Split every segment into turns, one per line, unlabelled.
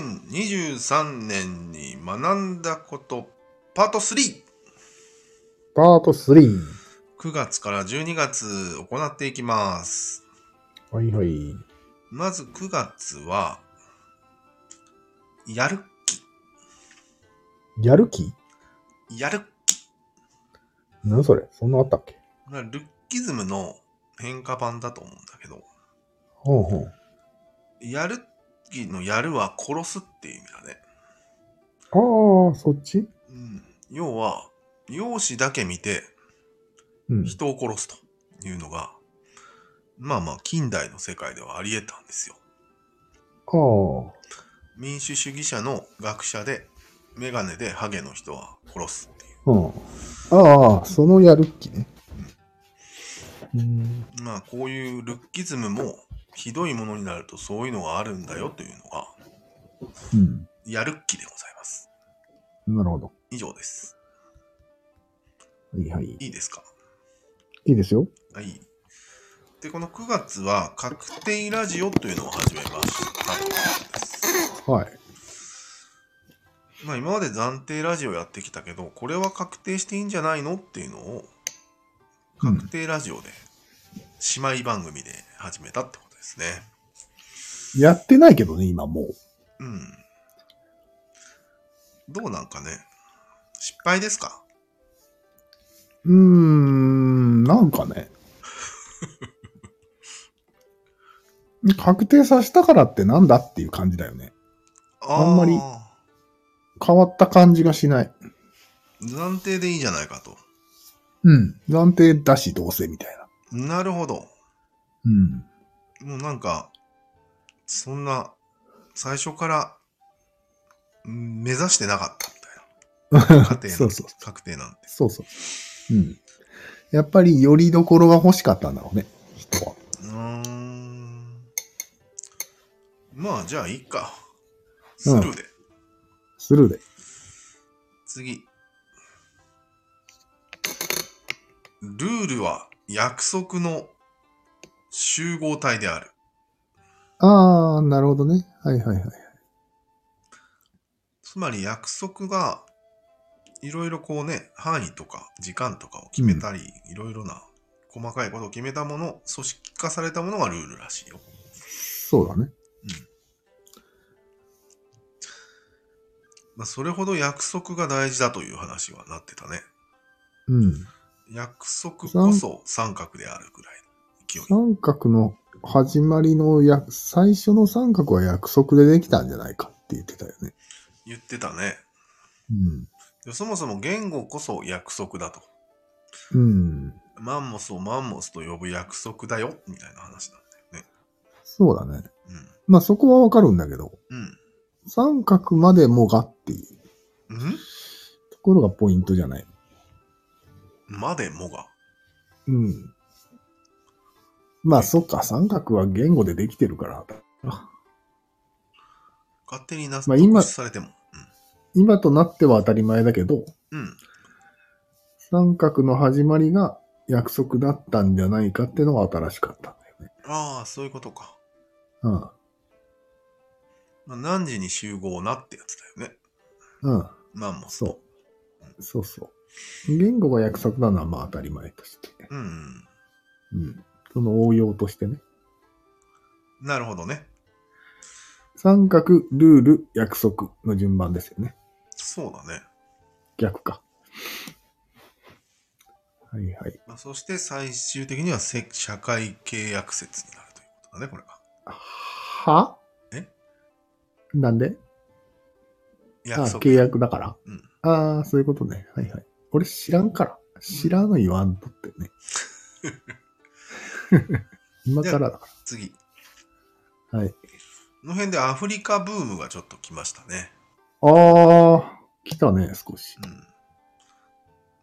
2023年に学んだことパート 3!
パート3。
9月から12月行っていきます。
はいはい。
まず9月は、やる、
やる気
やる、
何それそんなあったっけ
これはルッキズムの変化版だと思うんだけど、
ほうほう。
やる気のやるは殺すっていう意味だね。
ああ、そっち
うん、要は、容姿だけ見て
うん。
人を殺すというのが、まあまあ近代の世界ではあり得たんですよ。
ああ。
民主主義者の学者で、メガネでハゲの人は殺すっていう。
うん。ああ、そのやる気ね。うん。
まあこういうルッキズムもひどいものになるとそういうのがあるんだよというのが、
うん。
やるっきでございます。
なるほど。
以上です。
はいはい。い
いいですか
いですよ。
はい。で、この9月は、確定ラジオというのを始めましたということです。
はい。
まあ、今まで暫定ラジオやってきたけど、これは確定していいんじゃないのっていうのを、
うん
確定ラジオで、姉妹番組で始めたってことですね。
やってないけどね、今もう。
うん。どうなんかね。失敗ですか
うーん、なんかね。確定させたからってなんだっていう感じだよね。
ー
あんまり変わった感じがしない。
暫定でいいじゃないかと。
うん。暫定だし、どうせみたいな。
なるほど。
うん。
もうなんか、そんな、最初から、うん目指してなかったみ たいな。家庭
そうそう
確定なんて。
そうそう。うん。やっぱり、よりどころが欲しかったんだろうね、人は。
うーん。まあ、じゃあ、いいか。ス
うん
ルーで。
スルーで。
次。ルールは約束の集合体である。
あー、なるほどね。はいはいはい。
つまり約束がいろいろこうね、範囲とか時間とかを決めたり、いろいろな細かいことを決めたもの、組織化されたものがルールらしいよ。
そうだね。
まあ、それほど約束が大事だという話はなってたね。
うん。
約束こそ三角であるぐらいの勢い。
三角の始まりのや、最初の三角は約束でできたんじゃないかって言ってたよね。
言ってたね。
うん。
でそもそも言語こそ約束だと。
うん。
マンモスをマンモスと呼ぶ約束だよ、みたいな話なんだよね。
そうだね。まあそこはわかるんだけど、
うん。
三角までもがっていう
うん。ん
ところがポイントじゃない。
までもが。
うん。まあそっか、三角は言語でできてるから。
勝手にな
まあ今
されても。
今となっては当たり前だけど、
うん。うん。
三角の始まりが約束だったんじゃないかっていうのが新しかったんだよね。
ああ、そういうことか。
うん。
まあ、何時に集合なってやつだよね。
うん。
マンモス。
そう。そうそう。言語が約束なのはまあ当たり前として。
うんうん。
うん。その応用としてね。
なるほどね。
三角、ルール、約束の順番ですよね。
そうだね。
逆か。はいはい。
まあ、そして最終的にはせ社会契約説になるということだね、これが。
は
え
なんであ
約束。
契約だから。
うん
ああ、そういうことね。はいはい。俺知らんから。知らぬ言わんとって ね。今からだか
次。
ら。はい。
この辺でアフリカブームがちょっと来ましたね。
ああ、来たね、少し。
うん。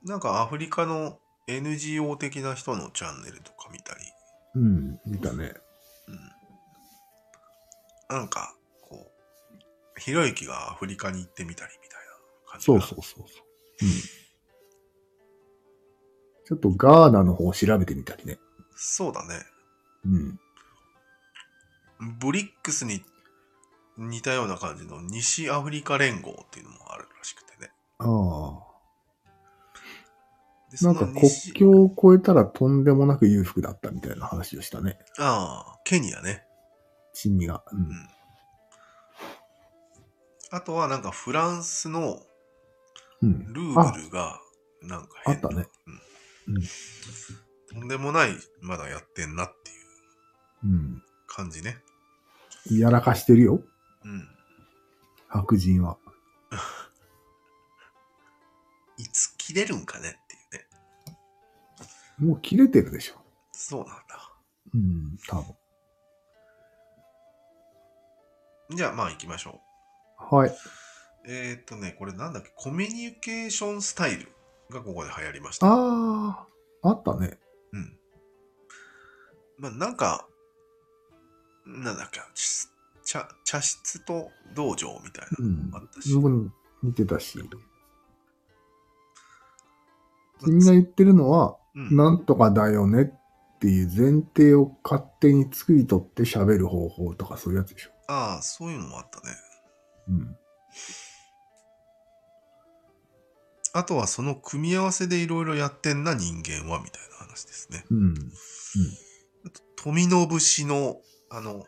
なんかアフリカの NGO 的な人のチャンネルとか見たり、
うん、見たね。
うん。なんか、こう、ひろゆきがアフリカに行ってみたりみたいな感じ
そ
が
うそうそうそう。うん。ちょっとガーナの方を調べてみたりね。
そうだね。
うん。
ブリックスに似たような感じの西アフリカ連合っていうのもあるらしくてね。
ああ。
で
な
そ
んか
の
国
西
境を越えたらとんでもなく裕福だったみたいな話をしたね。
ああ、ケニアね。
珍味が。うん。
あとはなんかフランスの
うん。
ルーブルがなんか変な
あったね
うん
うん
とんでもない、まだやってんなっていう
うん。
感じね。
やらかしてるよ。
うん。
白人は。
いつ切れるんかねっていうね。
もう切れてるでしょ。
そうなんだ。
うん。多分。
じゃあまあ行きましょ
はい。
う。えーっとね、これなんだっけ、コミュニケーションスタイルがここで流行りました。
ああ。あったね。
うん。まあ、なんか、なんだっけ、し茶茶室と道場みたいな
うん
のもあったし、
僕に似てたし。
うん
みんな言ってるのは、
うん
なんとかだよねっていう前提を勝手に作り取って喋る方法とかそういうやつでしょ。
ああ、そういうのもあったね。
うん。
あとはその組み合わせでいろいろやってんな人間はみたいな話ですね。
うん。
あと富信氏の、あの、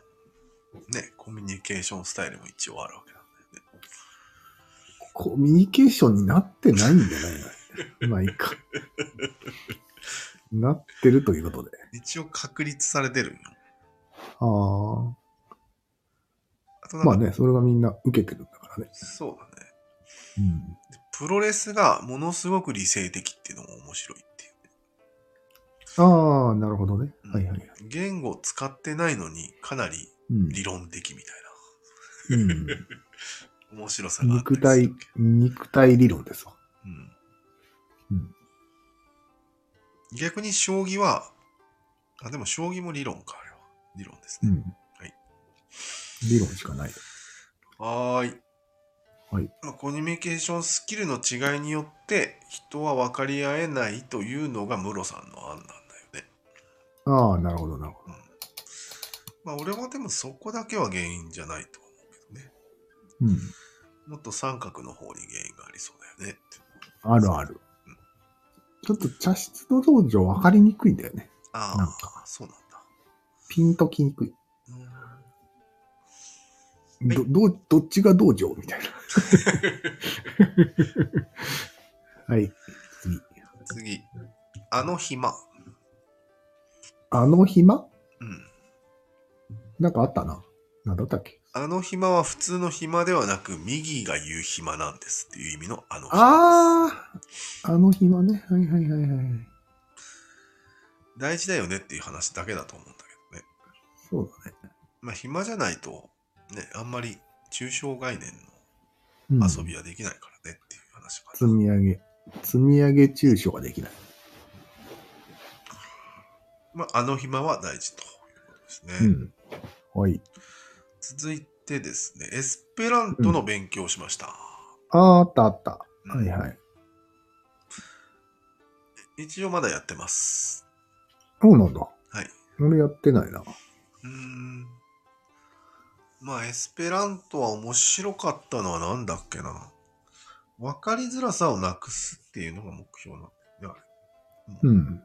ね、コミュニケーションスタイルも一応あるわけなんだよね。
コミュニケーションになってないんじゃないのまあいい か。なってるということで。
一応確立されてるんよ。
ああ。
あとなんか、
まあね、それがみんな受けてるんだからね。
そうだね。
うん。
プロレスがものすごく理性的っていうのも面白いっていうね。
ああ、なるほどね。
うん
はいはいはい。
言語を使ってないのにかなり
うん。
理論的みたい
うん、
な面白さがあったりす
肉
る
体、肉体理論ですわ。
うん
うん
逆に将棋はあでも将棋も理論かあれは理論です
う
ね、
ん。
はい。
理論しかない。
はーい
はい
まあコミュニケーションスキルの違いによって人は分かり合えないというのがムロさんの案なんだよね、
ああ、なるほど、なるほ
うんまあ俺はでもそこだけは原因じゃないと思うけどね
ど。うん。
もっと三角の方に原因がありそうだよねって
あるある。ちょっと茶室の道場分かりにくいんだよね。
あ
なん
あそうなんだ
ピンときにくい。
うん
ど、どう、どっちが道場み たいな。はい。次。
次。あの暇。
あの暇
うん。
なんかあったな。なんだったっけ
あの暇は普通の暇ではなく、右が言う暇なんですっていう意味のあの暇。
あああの暇ね。はいはいはいはい。
大事だよねっていう話だけだと思うんだけどね。
そうだね。
まあ、暇じゃないと、ね、あんまり抽象概念
うん
の遊びはできないからねっていう話か
積
な。
み上げ。積み上げ中所ができない。
まあ、あの暇は大事ということですね。
うん。はい。
続いてですね、エスペラントの勉強をしました。
ああ、あったあった。
う
は
ん
いはい。
一応まだやってます。
そうなんだ。
はい。
俺やってないな。
うーんまあ、エスペラントは面白かったのはなんだっけな。分かりづらさをなくすっていうのが目標なんだよね。あれ
うん。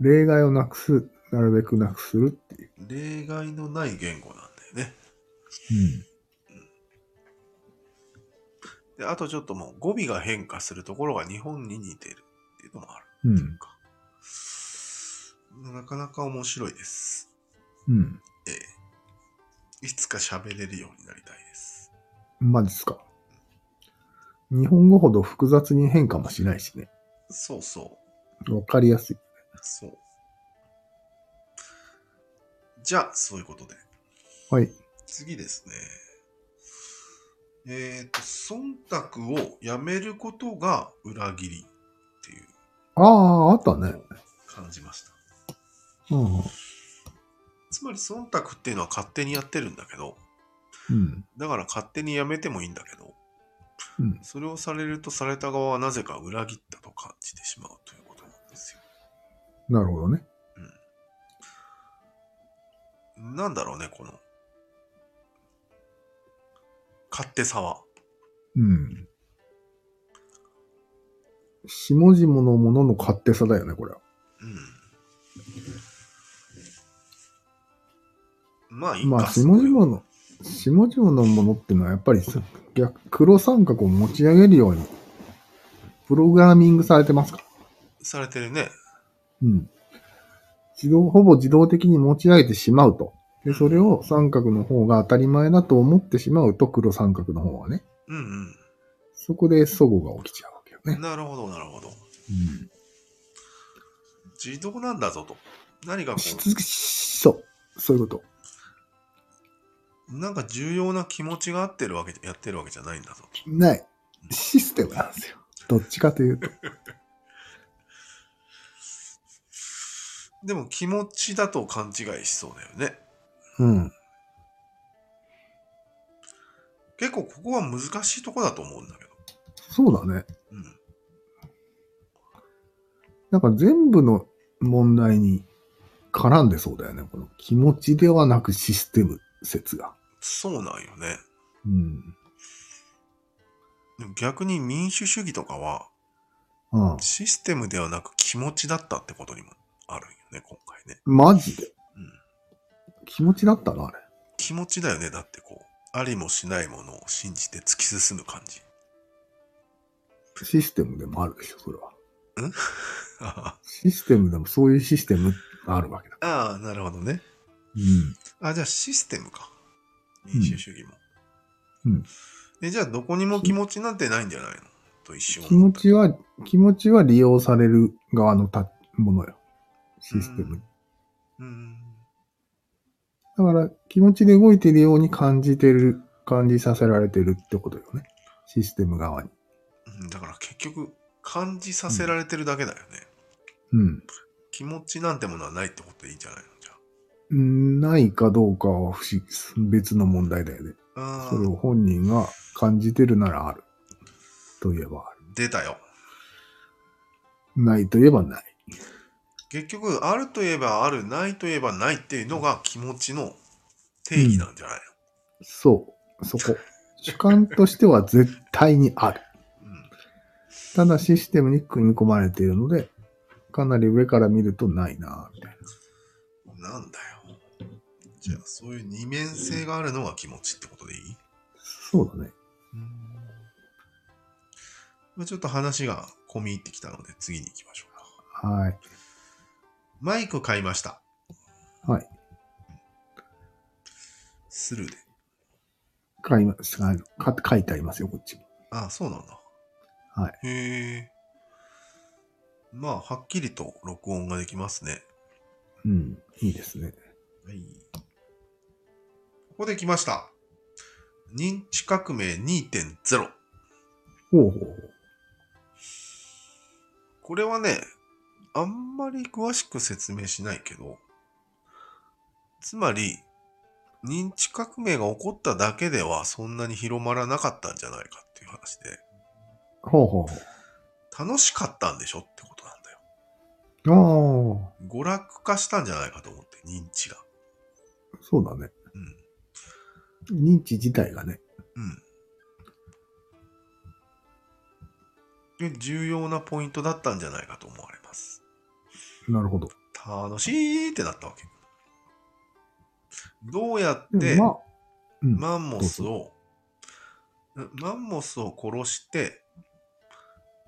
例外をなくす。なるべくなくするっていう。
うん。例外のない言語なんだよね。で、あとちょっともう語尾が変化するところが日本に似てるっていうのもある
うん。う
ってい
ん
う。か。なかなか面白いです。
うん。
いつか喋れるようになりたいです。
マジっすか。日本語ほど複雑に変化もしないしね。
そうそう。
わかりやすい。
そう。じゃあ、そういうことで。
はい。
次ですね。えっ、と、忖度をやめることが裏切りっていう
ああ、あった
の
ね
を。感じました。
うん。
つまり、忖度っていうのは勝手にやってるんだけど、
うん。
だから勝手にやめてもいいんだけど、
うん。
それをされるとされた側はなぜか裏切ったと感じてしまうということなんですよ。
なるほどね。
うん。なんだろうね、この、勝手さは。
うん。下々のものの勝手さだよね、これは。
うん。まあ、いいか。
まあ、下
それは
々の、下々のものってのはやっぱりさ逆、黒三角を持ち上げるように、プログラミングされてますから。
されてるね。
うん。自動、ほぼ自動的に持ち上げてしまうと。で、それを三角の方が当たり前だと思ってしまうと、黒三角の方はね、
うん
そこで齟齬が起きちゃうわけよ
う
ね
ん。。なるほど、なるほど。
うん。
自動なんだぞと。何かこ
しつそう。そういうこと。
う、なんか重要な気持ちがあってるわけ、やってるわけじゃないんだぞと。
ない。システムなんですよ。どっちかというと。
でも気持ちだと勘違いしそうだよね。
うん。
結構ここは難しいとこだと思うんだけど。
そうだね。
うん。
なんか全部の問題に絡んでそうだよね。この気持ちではなくシステム説が。
そうなんよね。
うん。
でも逆に民主主義とかは、
うん。
システムではなく気持ちだったってことにもあるんよね、今回ね。
マジで。
うん。
気持ちだったな、あれ。
気持ちだよね、だってこう、ありもしないものを信じて突き進む感じ。
システムでもあるでしょ、それは。
あ
システムでもそういうシステムがあるわけだ。
あ、なるほどね。
う
あ、じゃあシステムか。民主主義も。
うん
で、じゃあどこにも気持ちなんてないんじゃないのと一瞬
ん。気
思
持
った
ちは、気持ちは利用される側のたものよ。システム。。
うんうん。
だから気持ちで動いているように感じてる、感じさせられてるってことよね。システム側に。
うんだから結局、感じさせられてるだけだよね。
うん。
気持ちなんてものはないってことでいいんじゃないのじゃ
うんないかどうかは不思議別の問題だよね。
あ。あ
それ
ー
を本人が感じてるならある。といえばある。
出たよ。
ないといえばない。
結局、あるといえばある、ないといえばないっていうのが気持ちの定義なんじゃない
そう。そこ。主観としては絶対にある。
の、うん、
ただシステムに組み込まれているので、かなり上から見るとないなぁみたいな。
なんだよ。じゃあ、そういう二面性があるのが気持ちってことでいい、
そうだね。
まあちょっと話が込み入ってきたので、次に行きましょうか。
はい。
マイク買いました。
はい。
スルーで。
書いますあのか書いてありますよ、こっちも。
ああ、そうなんだ。。
はい
へえ。まあ、はっきりと録音ができますね。
うん。いいですね。
はい。ここで来ました。認知革命2.0。
ほうほうほう。
これはね、あんまり詳しく説明しないけど、つまり、認知革命が起こっただけではそんなに広まらなかったんじゃないかっていう話で、
ほうほう
楽しかったんでしょってことなんだよ。
ほう。あ
娯楽化したんじゃないかと思って、認知が。
あ、そうだね。
うん。
認知自体がね。
うん。で重要なポイントだったんじゃないかと思われます。
なるほど。
楽しいってなったわけ。どうやっ
で
て、
もまあ、うん。
マンモスを、マンモスを殺して、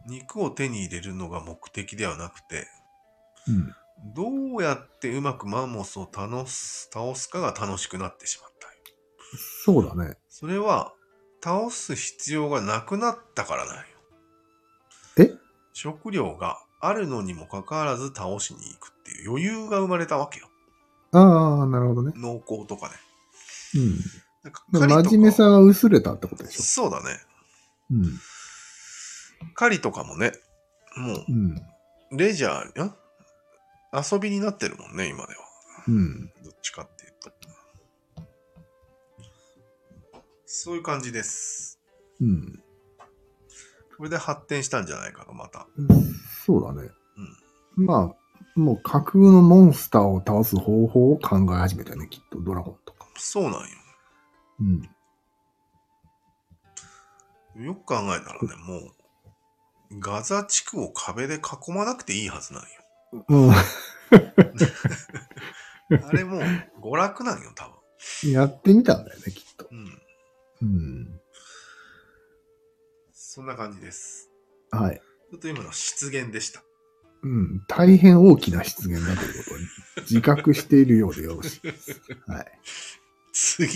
肉を手に入れるのが目的ではなくて、
うん、
どうやってうまくマンモスを倒す倒すかが楽しくなってしまった。
そうだね。
それは、倒す必要がなくなったからなんよ。
え
食料があるのにもかかわらず倒しに行くっていう余裕が生まれたわけよ。
ああ、なるほどね。
農耕とかね。
うん。
なんか
まあ
狩りとか
真面目さが薄れたってことでしょ。
そうだね。
うん。
狩りとかもね、もう
うん。
レジャー、ん遊びになってるもんね、今では。
うん。
どっちかっていうと。そういう感じです。
うん。
これで発展したんじゃないかと、また。
そうだね。
うん
まあ、もう架空のモンスターを倒す方法を考え始めたよね、きっと。ドラゴンとか。
そうなんよ。
うん。
よく考えたらね、もう、ガザ地区を壁で囲まなくていいはずなんよ。
うん。
あれもう、娯楽なんよ、多
やってみたんだよね、きっと。
分。うん。
うん。
そんな感じです。
はい。
ちょっと今のは失言でした。
うん。大変大きな失言だということに自覚しているようでよろしいです。はい。
次、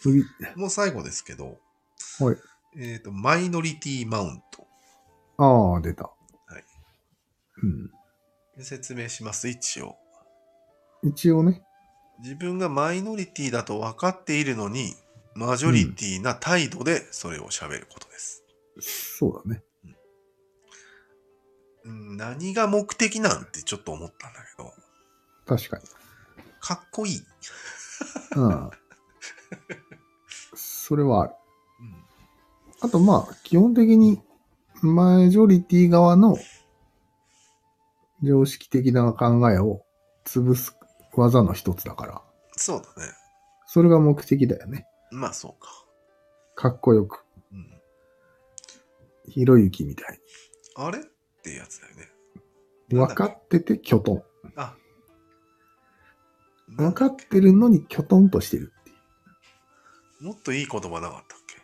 次。
もう最後ですけど、
はい。
えっ、と、マイノリティマウント。。
ああ、出た。はいう
説明します、一応。
ん。一応ね。
自分がマイノリティだと分かっているのに、マジョリティな態度でそれを喋ることです。
そうだね。
うん、何が目的なんてちょっと思ったんだけど、
確かに。
かっこいい。
うん。それはある。
うん、
あとまあ、基本的に、マジョリティ側の常識的な考えを潰す技の一つだから、
そうだね。
それが目的だよね。
まあそうか。
かっこよく。
うん、
ひろゆきみたい
あれってやつだよね。
に。分かっててキョトン。
あ。
分かってるのにキョトンとしてるっていう。
もっといい言葉なかったっけ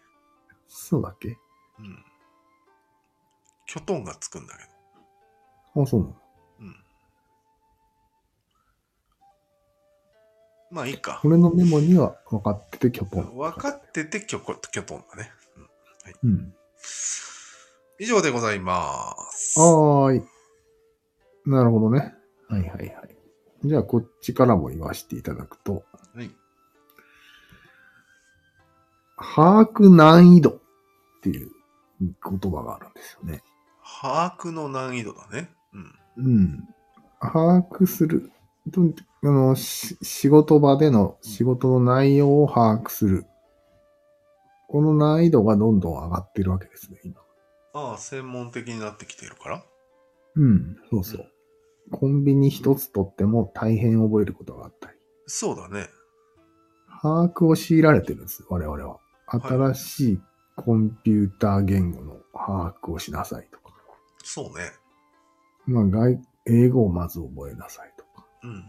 そうだっけ
うん。キョトンがつくんだけど。
あ、そうなの。
うん。まあいいか。
俺のメモには分かっててキョトン。
分かっててキョコキョトンだね。うん
うん。
以上でございます。
はーい。なるほどね。はいはいはい。じゃあ、こっちからも言わせていただくと、
はい。
把握難易度っていう言葉があるんですよね。
把握の難易度だね。うん。
うん。把握する。とあのし仕事場での仕事の内容を把握する。この難易度がどんどん上がってるわけですね、今。
ああ、専門的になってきているから。
うん、そうそう。コンビニ一つとっても大変覚えることがあったり。
そうだね。
把握を強いられてるんです、我々は。
は
新しいコンピューター言語の把握をしなさいとか。
そうね。
まあ、外英語をまず覚えなさいとか。
うんうん。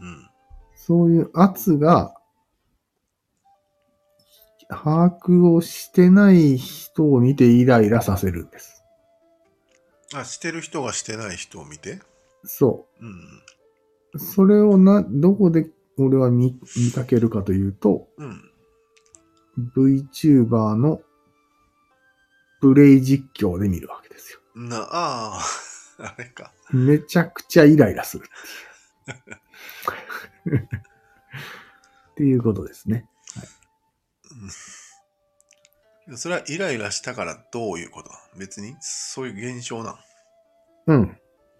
そういう圧が、把握をしてない人を見てイライラさせるんです。
あ、してる人がしてない人を見て。
そ
うんうん。
う。それをな、どこで俺は見、見かけるかというと、
うん。
VTuber のプレイ実況で見るわけですよ。
な、あ あ、あれか。
めちゃくちゃイライラするっていう。っていうことですね。
それはイライラしたからどういうことだ別にそういう現象な
うん。
の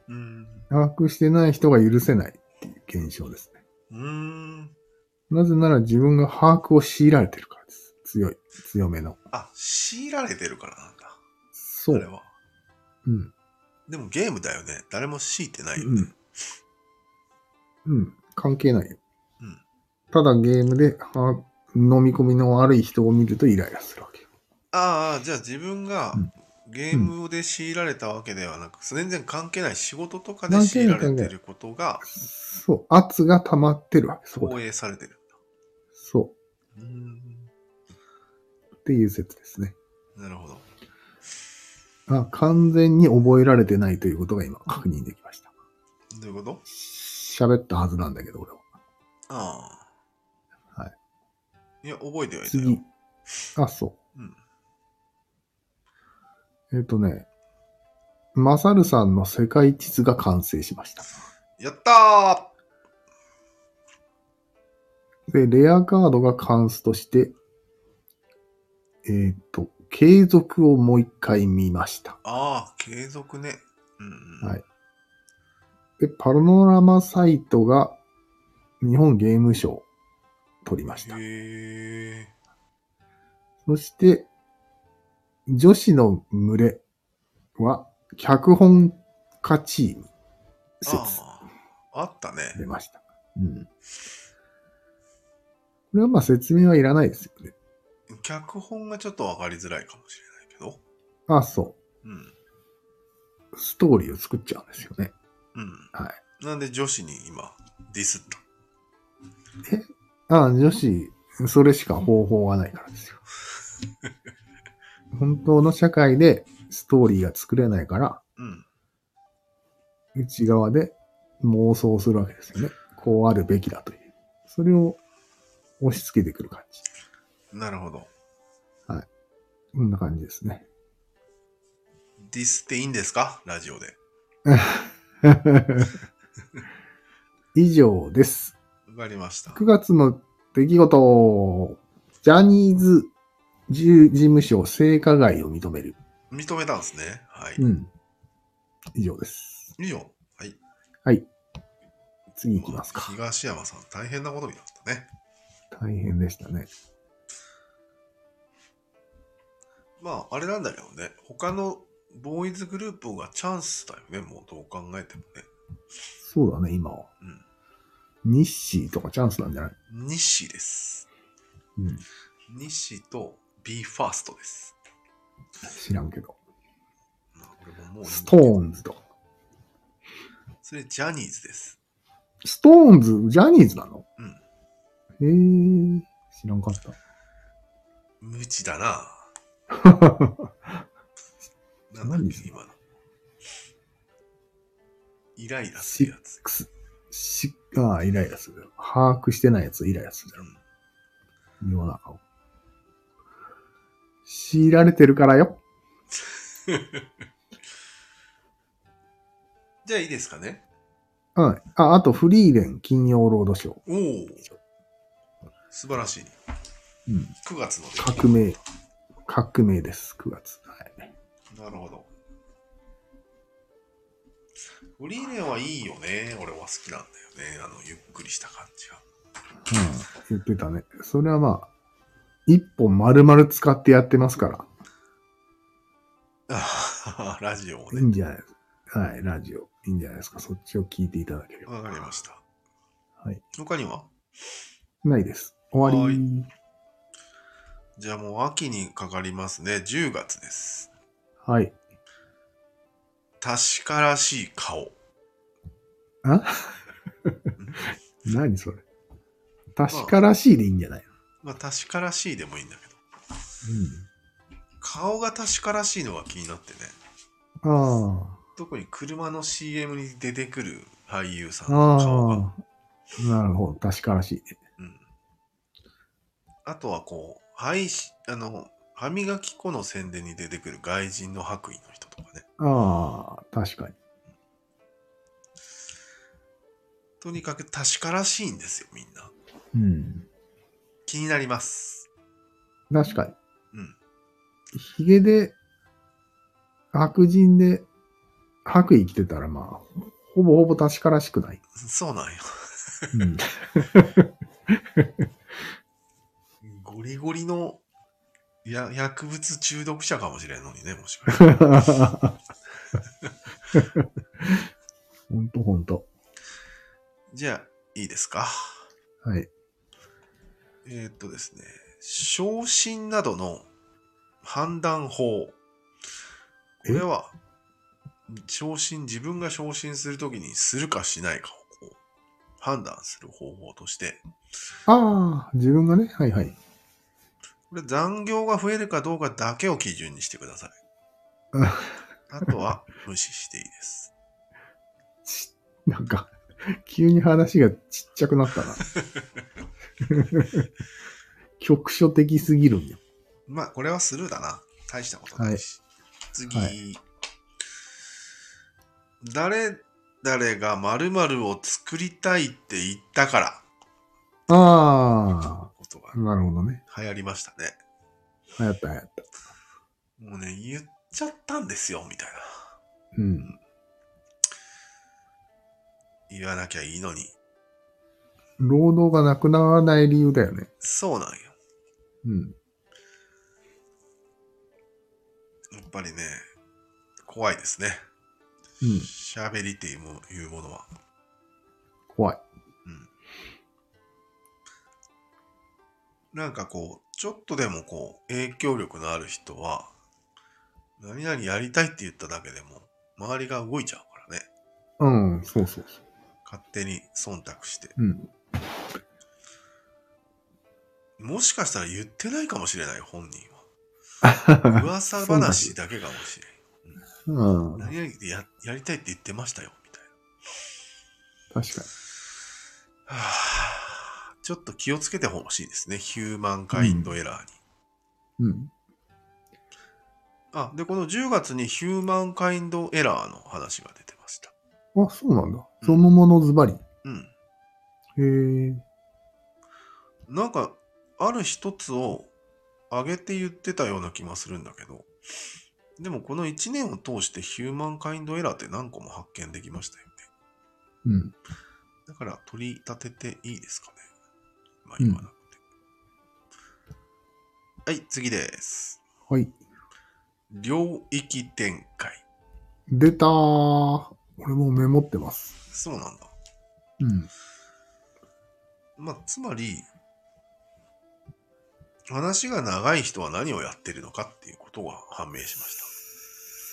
うん。
把握してない人が許せないっていう現象ですね。
うーん。
なぜなら自分が把握を強いられてるからです。強い。強めの。
あ、強いられてるからなんだ。
そ
あれ
う。
は。
うん。
でもゲームだよね。誰も強いてないよ
う
ね
ん。。うん。関係ないよ。
うん。
ただゲームで、は飲み込みの悪い人を見るとイライラするわけよ。
ああ、じゃあ自分が
うん
ゲームで強いられたわけではなく、全然関係ない仕事とかで
関
強
係
い
な
ら
い
れてることが
そう。圧が溜まってるわけ。そこ
投
で。
影されてる。
そう
ーん。
う。っていう説ですね。
なるほど。
あ、完全に覚えられてないということが今確認できました。
どういうこと
喋ったはずなんだけど、俺は。
ああ。。
は
い
い
や、覚えてはいた
次
よ。。
あ、そ
うん。
う。えっ、とね、マサルさんの世界地図が完成しました。
やったー
で、レアカードがカンスとして、えっ、と、継続をもう一回見ました。
ああ、継続ね。うんうん。
はいで、パノラマサイトが日本ゲーム賞を取りました。
へえ。
そして、女子の群れは、脚本家チーム説
ああ。あったね。
出ました。うん。これはまあ説明はいらないですよね。
脚本がちょっとわかりづらいかもしれないけど。
あ、そ
うん。
う。ストーリーを作っちゃうんですよね。
うん。。
はい
なんで女子に今、ディスった。
ああ、女子、それしか方法はないから ですよ。本当の社会でストーリーが作れないから、
うん。
内側で妄想するわけですよね。こうあるべきだという。それを押し付けてくる感じ。
なるほど。
こんな感じですね。
ディスっていいんですかラジオで。
以上です。
わかりました。
9月の出来事、ジャニーズ事務所性加害を認める。
認めたんですね。はい。
うん。以上です。
以上。はい。
次行きますか。
東山さん、大変なことになったね。
大変でしたね。
まあ、あれなんだけどね。他のボーイズグループがチャンスだよね。もうどう考えてもね。
そうだね、今は。日誌とかチャンスなんじゃない
うん。西です。
うん。
西と b ファーストです。
知らんけど。
まあ、これももういいんだけど
ストーンズとか。
それジャニーズです。
ストーンズ、ジャニーズなの
うん。
へえ、知らんかった。
無知だな。なんだっ
何
け、今の。イライラす
シ
る
ッ
やつ。
クス、シッああ、イライラする。把握してないやつイライラするだろ。世の中を。強いられてるからよ。
じゃあいいですかね。
うん。あ、あとフリーレン金曜ロードショー。
おお。素晴らしい。
うん。
9月の出来
革命。革命です、9月。はい。
なるほど。フリーレンはいいよね。俺は好きなんだよね。あの、ゆっくりした感じが。
うん。言ってたね。それはまあ、一本丸々使ってやってますか
あー ラジオを
ら。いいん
ね。
じゃないはい、ラジオ。いいんじゃないですか。そっちを聞いていただければ。
わかりました。
はい。
他には
ないです。終わり。
じゃあもう秋にかかりますね。10月です。
はい。
確からしい顔。
あ 何それ。確からしいでいいんじゃない
まあ、確からしいでもいいんだけど。
の
顔が確からしいのが気になってね。
うん。あ
特に車の CM に出てくる俳優さん
あ。
の顔が。
ああ。なるほど。確からしいね。
うんあとはこう、はいし、あの、歯磨き粉の宣伝に出てくる外人の白衣の人とかね。
ああ、確かに。
とにかく確からしいんですよ、みんな。
うん。
気になります。
確かに。
うん。
ヒゲで、白人で、白衣着てたら、まあ、ほぼほぼ確からしくない。
そうなんよ。
うん。
ゴリゴリのや薬物中毒者かもしれんのにね、もしかして。
ほんとほんと。
じゃあ、いいですか。
はい。
えーっとですね、昇進などの判断法。これは、昇進、自分が昇進するときにするかしないかをこう判断する方法として、
ああ、自分がね、はいはい。
これ残業が増えるかどうかだけを基準にしてください。
あ
あとは無視していいです。
ちなんか、 急に話がちっちゃくなったな。 局所的すぎるんよ。
まあ、これはスルーだな。大したことないし。次、
は
誰々が〇〇を作りたいって言ったから、
あ
ことが
あ、なるほどね。
流行りましたね。
流行った流行った。
もうね、言っちゃったんですよ、みたいな。
うん。
言わなきゃいいのに。
労働がなくならない理由だよね。
そうなんよ。
うん。
やっぱりね、怖いですね。
うん。
喋りっていうもいうものは。
怖い。
なんかこう、ちょっとでもこう、影響力のある人は、何々やりたいって言っただけでも、周りが動いちゃうからね。
うん、そうそうそう。
勝手に忖度して。
うん。
もしかしたら言ってないかもしれない、本人は。噂話だけかもしれ
うん、
ない。何々でややりたいって言ってましたよ、みたい
確かに。
な。はあ、ちょっと気をつけてほしいですね、ヒューマンカインドエラーに。
うん。
あ、で、この10月にヒューマンカインドエラーの話が出てました。
あ、そうなんだ。そのものズバリ。へ
うん。
え。
なんか、ある一つを上げて言ってたような気がするんだけど、でもこの1年を通してヒューマンカインドエラーって何個も発見できましたよね。
うん。
だから取り立てていいですかね。まあ言わなくて。はい、次です。
はい。
領域展開。
出たー。俺もメモってます。
そうなんだ。
うん。
まあ、つまり、話が長い人は何をやってるのかっていうことが判明しました。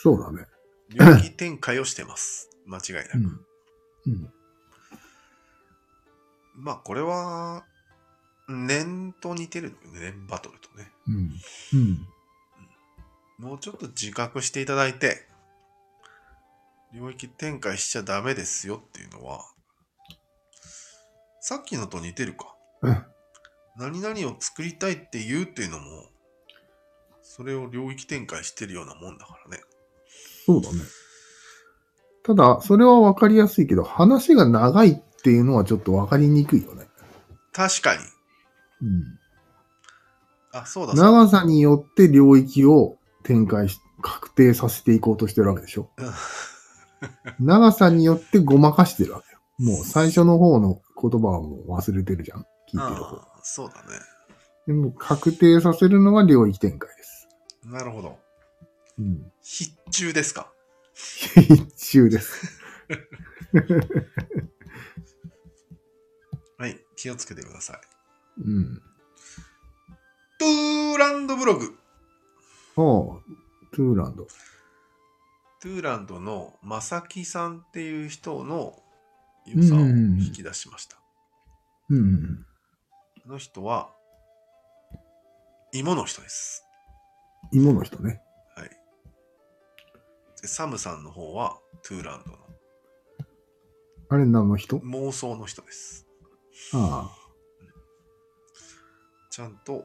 そうだね。
領域展開をしてます。間違いなく。
うん。うん。
まあ、これは、念と似てるのよね。念バトルとね。
うん。うん。
もうちょっと自覚していただいて、領域展開しちゃダメですよっていうのは、さっきのと似てるか。
うん
何々を作りたいって言うっていうのも、それを領域展開してるようなもんだからね。
そうだね。ただ、それはわかりやすいけど、話が長いっていうのはちょっとわかりにくいよね。
確かに。
うん。
あ、そうだそう
長さによって領域を展開し、確定させていこうとしてるわけでし ょ
うん。
長さによってごまかしてるわけよ。もう最初の方の言葉はもう忘れてるじゃん。聞いてる方。
ああそうだね。
でも確定させるのは領域展開です。
なるほど。
うん。
必中ですか。
必修です。
はい。気をつけてください。
うん。
トゥーランドブログ。
おう、トゥーランド。
トゥーランドのまさきさんっていう人の良さを引き出しました。
うん。
あの人は芋の人です。
芋の人ね。
はい。でサムさんの方はトゥーランド
あれ何の人
の妄想の人です。
あ
ちゃんと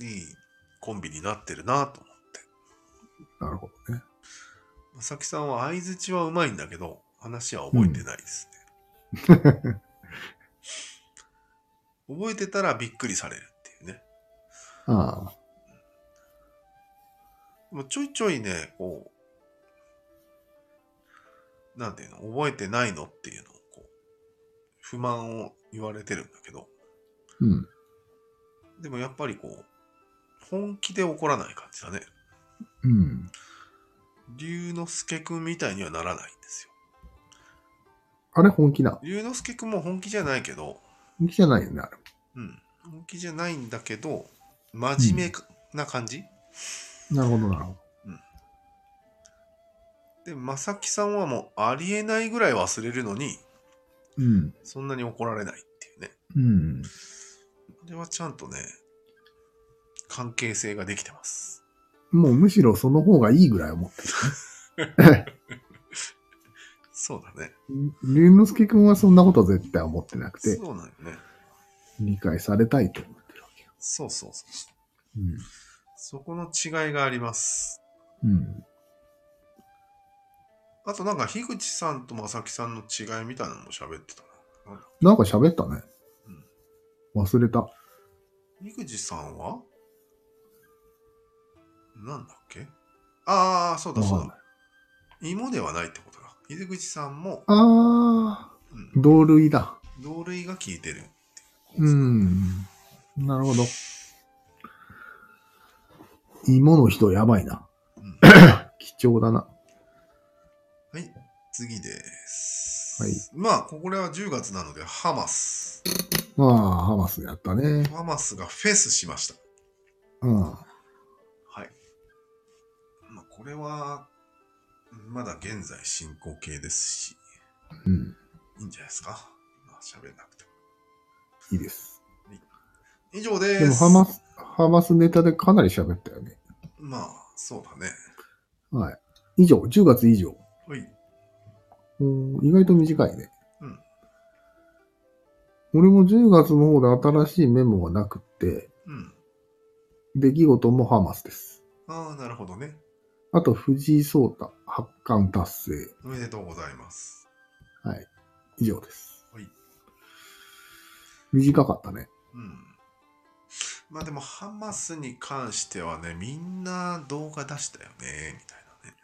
いいコンビになってるなと思って。
あ、なるほどね。
まさきさんは相づちはうまいんだけど、話は覚えてないですね。覚えてたらびっくりされるっていうね。
ああ、
もうちょいちょいね、こう、なんていうの、覚えてないのっていうのを、こう、不満を言われてるんだけど、
うん。
でもやっぱりこう、本気で怒らない感じだね。
うん。
龍之介くんみたいにはならないんですよ。
あれ本気だ。
龍之介くんも本気じゃないけど、
本気じゃないよね、あれ。
うん、本気じゃないんだけど、真面目かな感じ、
なるほど、なるほど。
で、まさきさんはもうありえないぐらい忘れるのに、
うん。
そんなに怒られないっていうね。
うん。
これはちゃんとね、関係性ができてます。
もうむしろその方がいいぐらい思って
そうだね。
る。龍之介くんはそんなことは絶対思ってなくて、
そうなんよね。
理解されたいと思ってるわけよ。
そうそうそう。そこの違いがあります。
うん。うん。
あとなんか、樋口さんと正木さんの違いみたいなのも喋ってたな。なんだ
なんか喋ったね。忘れた。
樋口さんはなんだっけああ、そうだ
わ
そ
か
うん
ない
だ。芋ではないってことだ。樋口さんも、
あ
うん
ー、同類だ。
同類が効いてるっていう。
うん。なるほど。芋の人やばいな。
うん
貴重だな。
はい、次です。
はい。
まあ、これは10月なので、ハマス。
まあ、ハマスやったね。
ハマスがフェスしました。
うん。は
はい。まあ、これは、まだ現在進行形ですし、
うん。
いいんじゃないですか。まあ、喋んなくても。
いいです。
以上です。
でも、ハマス、ハマスネタでかなり喋ったよね。
まあ、そうだね。
はい。以上、10月以上。
はい。
うん意外と短いね。
うん。
俺も10月の方で新しいメモはなくって、
うん。
出来事もハマスです。
ああ、なるほどね。
あと、藤井聡太、八冠達成。
おめでとうございます。
はい。以上です。
はい。
短かったね。
うん。まあでも、ハマスに関してはね、みんな動画出したよね、みたいなね。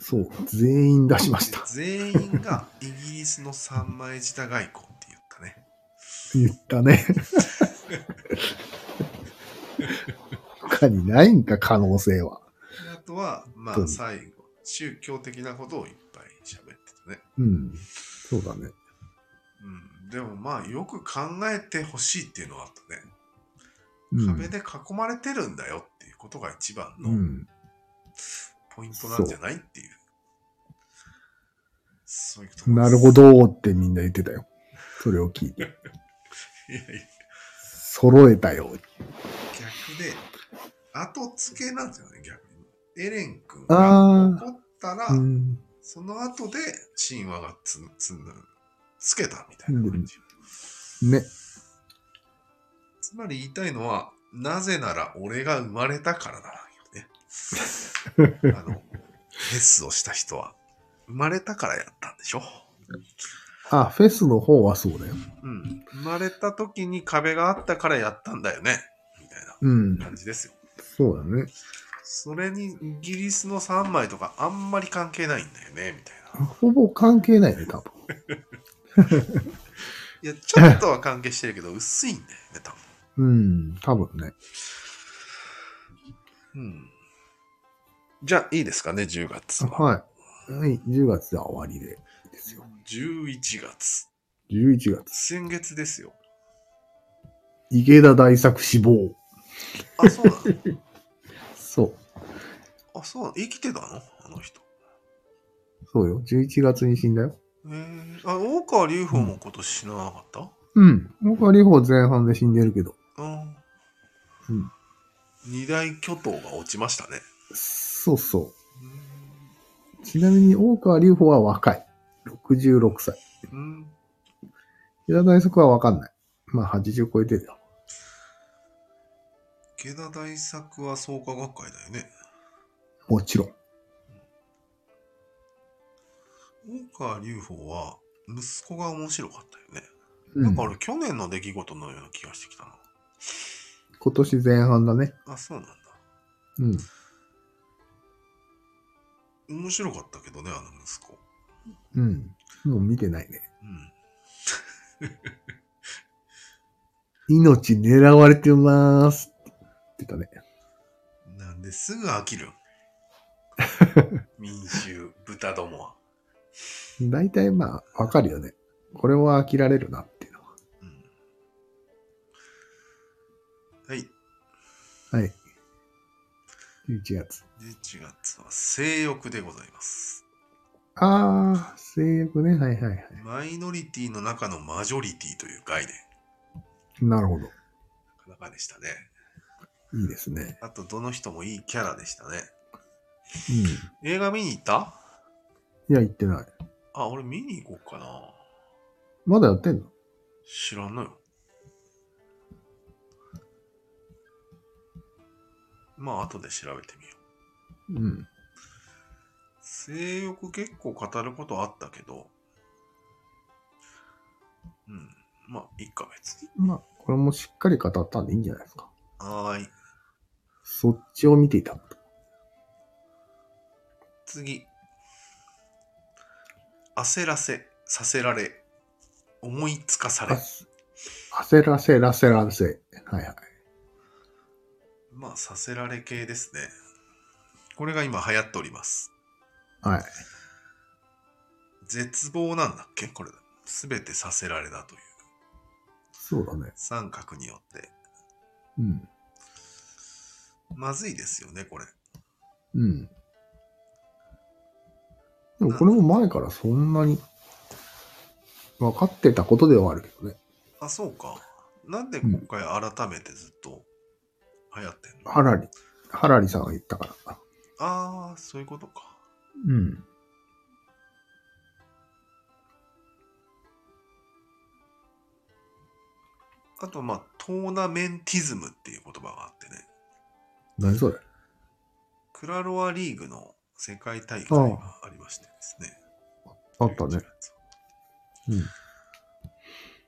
そう。全員出しました。
全員がイギリスの三枚舌外交って言ったね。
言ったね。他にないんか、可能性は。
あとは、ま
う
あ
ん
最後、宗教的なことをいっぱい喋ってたね。
うん。そうだね。
うん。でもまあ、よく考えてほしいっていうのはあったね。
うん
壁で囲まれてるんだよっていうことが一番
う
の
ん。
ポイントなんじゃないっていう。そういうことです
なるほ。どーってみんな言ってたよ。それを聞いて。
いやいや
揃えたよ。
逆で、後付けなんですよね、逆に。エレン君
あ
が
ー
怒ったら、
うん。
その後で神話がつつんつけたみたいな感じ。
ね。
つまり言いたいのは、なぜなら俺が生まれたからなんよね。あの、フェスをした人は、生まれたからやったんでしょ。
あ、フェスの方はそうだよ。
うん。生まれた時に壁があったからやったんだよね。みたい
うん
な。感じですよ。
そうだね。
それにイギリスの3枚とかあんまり関係ないんだよね、みたいな。
ほぼ関係ないね、多分。
いや、ちょっとは関係してるけど、薄いんだよね、多分。
うん、多分ね。
うん。じゃあ、いいですかね、10月は。
はい。はい、10月は終わりで。ですよ。
11月。
11月。
先月ですよ。
池田大作死亡。
あ、そうなの
そう。
あ、そうなの生きてたのあの人。
そうよ。11月に死んだよ。
えー、あ、大川隆法も今年死ななかった、
うん。僕はリホ前半で死んでるけど。
うん、
うん。
二大巨頭が落ちましたね。
そうそう。ちなみに、大川隆法は若い。66歳。
うん。
平田大作はわかんない。まあ、80超えてるよ。
池田大作は創価学会だよね。
もちろん。
大川隆法は息子が面白かったよね。
う
なん
ん、
か俺去年の出来事のような気がしてきたな。
今年前半だね。
あ、そうなんだ。
うん。
面白かったけどね、あの息子。
うん。もう見てないね。
うん。
命狙われてます。って言ったね。
なんですぐ飽きるん民衆、豚どもは。
大体まあ、わかるよね。これは飽きられるなっていうのは。
うんはい。
はい。11月。
11月は性欲でございます。
あー、性欲ね。はいはいはい。
マイノリティの中のマジョリティという概念。
なるほど。
なかなかでしたね。
いいですね。
あと、どの人もいいキャラでしたね。
うん。い
映画見に行った
や、言ってない。
あ、俺見に行こうかな。
まだやってんの
知らんのよ。まあ、後で調べてみよう。
うん。
性欲結構語ることあったけど、うん。まあ、いいか、別に。
まあ、これもしっかり語ったんでいいんじゃないですか。
はーい。
そっちを見ていた。
次。焦らせ、させられ、思いつかされ
あ。焦らせらせらせ。はいはい。
まあ、させられ系ですね。これが今流行っております。
はい。
絶望なんだっけこれ。すべてさせられたという。
そうだね。
三角によって。
うん。
まずいですよね、これ。
うん。でもこれも前からそんなに分かってたことではあるけどね。
あ、そうか。なんで今回改めてずっと流行ってんの、
ハラリ、ハラリさんが言ったから。
ああ、そういうことか。
うん。
あと、まあ、トーナメンティズムっていう言葉があってね。
何それ
クラロアリーグの世界大会がありましてですね。
あったね。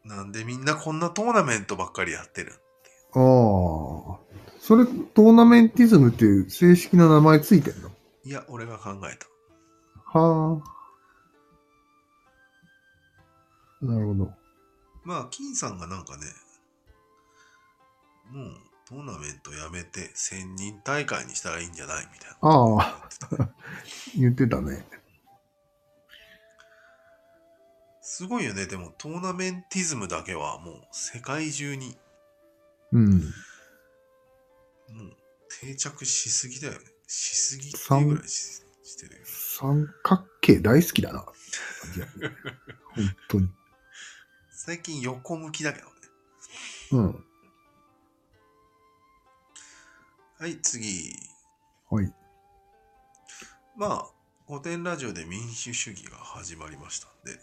なんでみんなこんなトーナメントばっかりやってる
ああ。それ、トーナメンティズムっていう正式な名前ついてんの
いや、俺が考えた。
はあ。なるほど。
まあ、金さんがなんかね、もうトーナメントやめて1000人大会にしたらいいんじゃないみたいな。
ああ、
言ってたね
言ってたね。
すごいよね。でもトーナメンティズムだけはもう世界中に
う
も
ん。
う定着しすぎだよね。しすぎっていうぐらいししてるよね。
三角形大好きだな。いや本当に。
最近横向きだけどね。
うん。
はい、次。
はい。
まあ、古典ラジオで民主主義が始まりましたんで、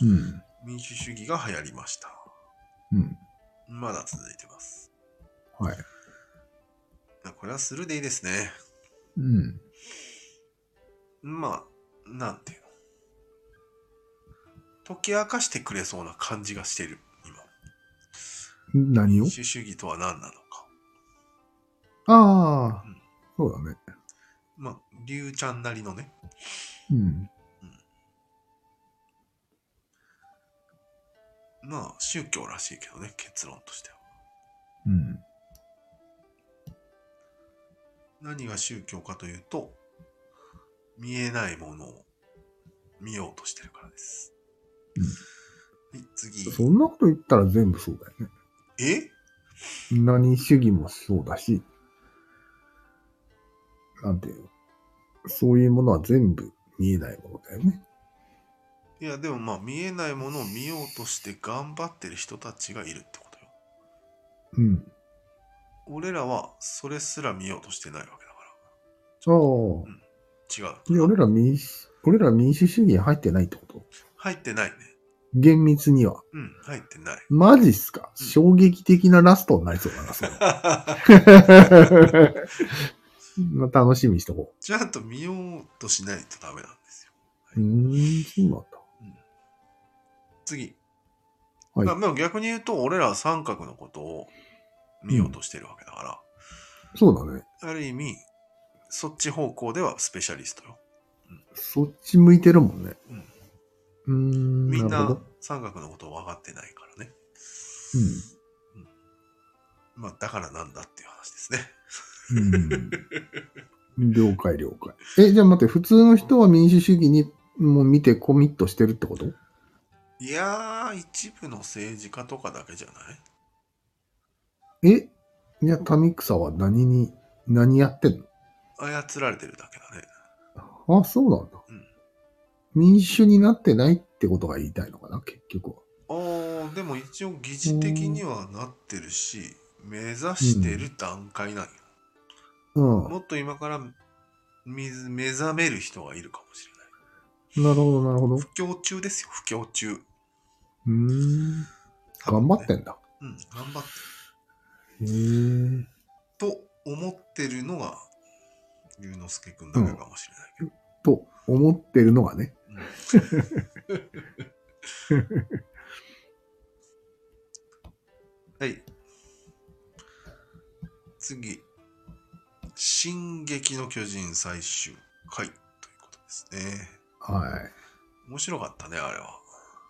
うん。
民主主義が流行りました。
うん。
まだ続いてます。
はい。
あこれはスルーでいいですね。
うん。
まあ、なんていうの。解き明かしてくれそうな感じがしてる、今。
何を
民主主義とは何なのか。
ああ
うん、
そうだね。
まあ、りゅうちゃんなりのね。
うん。
まあ、宗教らしいけどね、結論としては。
うん。
何が宗教かというと、見えないものを見ようとしてるからです。はい、次。
そんなこと言ったら全部そうだよね。
え
何主義もそうだし、なんていうのそういうものは全部見えないものだよね。
いや、でもまあ、見えないものを見ようとして頑張ってる人たちがいるってことよ。
うん。
俺らはそれすら見ようとしてないわけだか
あ
ら。
あ。
違
で、
う。
俺ら民主、俺ら民主主義に入ってないってこと
入ってないね。
厳密には。
うん、入ってない。
マジっすか
うん
衝撃的なラストになりそうだ な、それ。まあ楽しみにしとこ
ちゃんと見ようとしないとダメなんですよ。
う。うーん、そうなんだ。
次。
はい
まあ、でも逆に言うと、俺らは三角のことを見ようとしてるわけだか
そうだね。
ら、ある意味、そっち方向ではスペシャリストよ。
そっち向いてるもんね。うーん、
みん
るほ
な
ど
三角のことを分かってないからね。
うん
まあ、だからなんだっていう話ですね。
うん了解了解。え、じゃあ待って、普通の人は民主主義にもう見てコミットしてるってこと
いやー、一部の政治家とかだけじゃない
えじゃあ民草は何に、何やってん
操られてるだけだね。
のあ、そうなんだ
うん。
民主になってないってことが言いたいのかな、結局は。
あーでも一応疑似的にはなってるし、目指してる段階なんよ、
うん。
もっと今からみ目覚める人がいるかもしれない
なるほど、なるほど。う
不況中ですよ不況中
ーん。頑張ってんだ。
うん頑張って
へえ。
と思ってるのが龍之介君だけかもしれないけど、
と思ってるのがね。
うんはい次「進撃の巨人」最終回ということですね
は。
面白かったねあれはい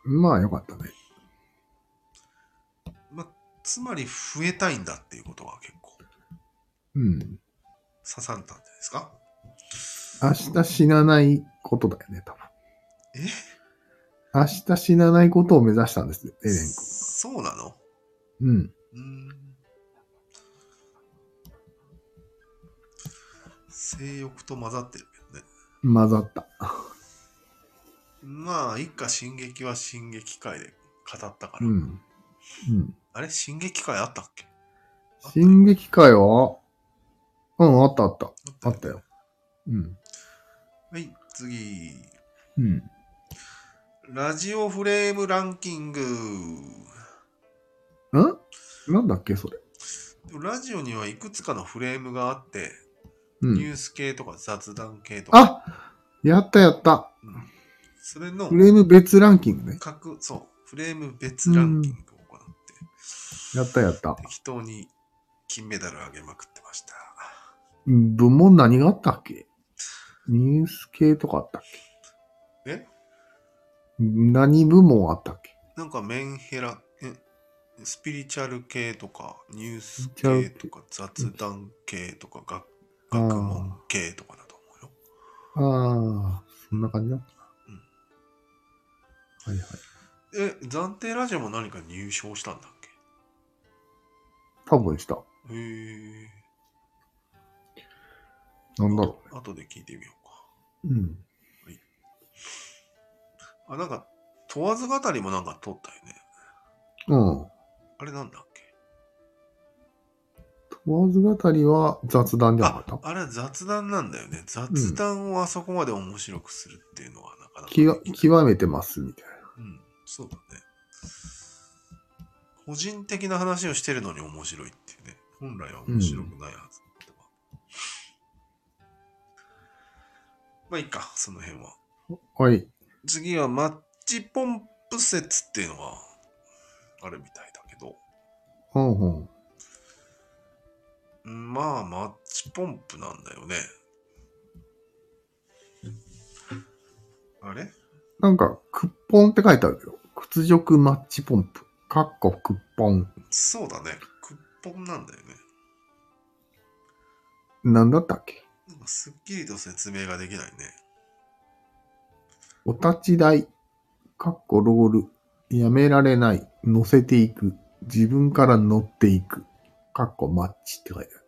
まあ、よかったね。
まあ、つまり増えたいんだっていうことが結構
うん。
刺さったんじゃないですか
明日死なないことだよね、多分。
え
明日死なないことを目指したんです、エレン
そうなの
君。うん。
うん。性欲と混ざってるけどね。
混ざった。
まあ、一家進撃は進撃会で語ったから。
うん。うん。
あれ進撃会あったっけ
進撃会はうん、あったあった。あったよ。うん。
はい、次。
うん。
ラジオフレームランキング。
んなんだっけ、それ。
ラジオにはいくつかのフレームがあって、
う
ニュ
ん。
ース系とか雑談系とか、
あやったやった。
それの
フレーム別ランキングね。
各、そう、フレーム別ランキングを行って、
やったやった。
適当に金メダルあげまくってました。
うん部門何があったっけニュース系とかあったっけ
え
何部門あったっけ
なんかメンヘラ、えスピリチュアル系とか、ニュース
スピリチュア
系
ル
と
系
か、雑談系とか、学
あー
学問系とかだと思うよ。
ああ、そんな感じだった
うん
な。はいはい。
え、暫定ラジオも何か入賞したんだっ
多分した。
けへえ。
なんだろ
あとで聞いてみようか。
う。うん。
あ、なんか、問わず語りもなんか撮ったよね。
うん。
あれなんだっけ
問わず語りは雑談じゃなか
あ
った、
あれは雑談なんだよね。雑談をあそこまで面白くするっていうのはなかなかできない
極極めてます、みたい
うん、そうだね。個人的な話をしてるのに面白いっていうね。本来は面白くないはずだったわまあいいか、その辺は。
な。はい。
次はマッチポンプ説っていうのがあるみたいだけど。
うんうん。
うんまあ、マッチポンプなんだよね。あれ
なんか、クッポンって書いてあるけど、屈辱マッチポンプ。かっこクッポン。
そうだね。クッポンなんだよね。
なんだったっけ
なんかすっきりと説明ができないね。
お立ち台。かっこロール。やめられない。乗せていく。自分から乗っていく。かっこマッチって書いてある。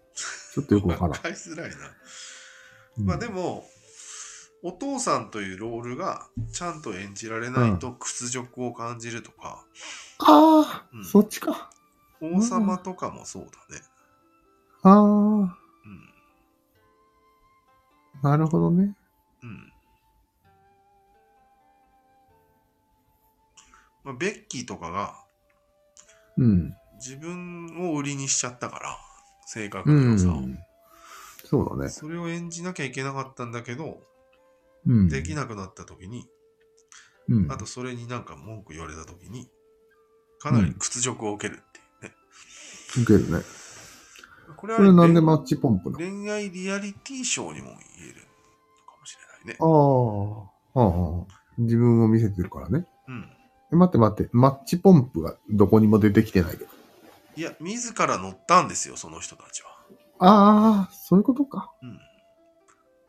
ちょっとよくわからん。
使いづらいな。まあで
も。
も、お父さんというロールがちゃんと演じられないと屈辱を感じるとか、
ああ、
うん
そっちか。ん
王様とかもそうだね。
あ
うん。
あ、なるほどね。
うん。まあ、ベッキーとかが
うん。
自分を売りにしちゃったから、性格
う
の良さを。
ん。そうだね。
それを演じなきゃいけなかったんだけど、
うん。
できなくなった時に、
うん
あ。とそれになんか文句言われた時に、かなり屈辱を受けるっていうね。
受けるね。
これは
それなんで
恋
マッチポンプなの
恋愛リアリティショーにも言えるのかもしれないね。
ああ、ああ、自分を見せてるからね。
うん。
え待って待って、マッチポンプがどこにも出てきてないけど。
いや、自ら乗ったんですよ、その人たちは。
ああ、そういうことか。
う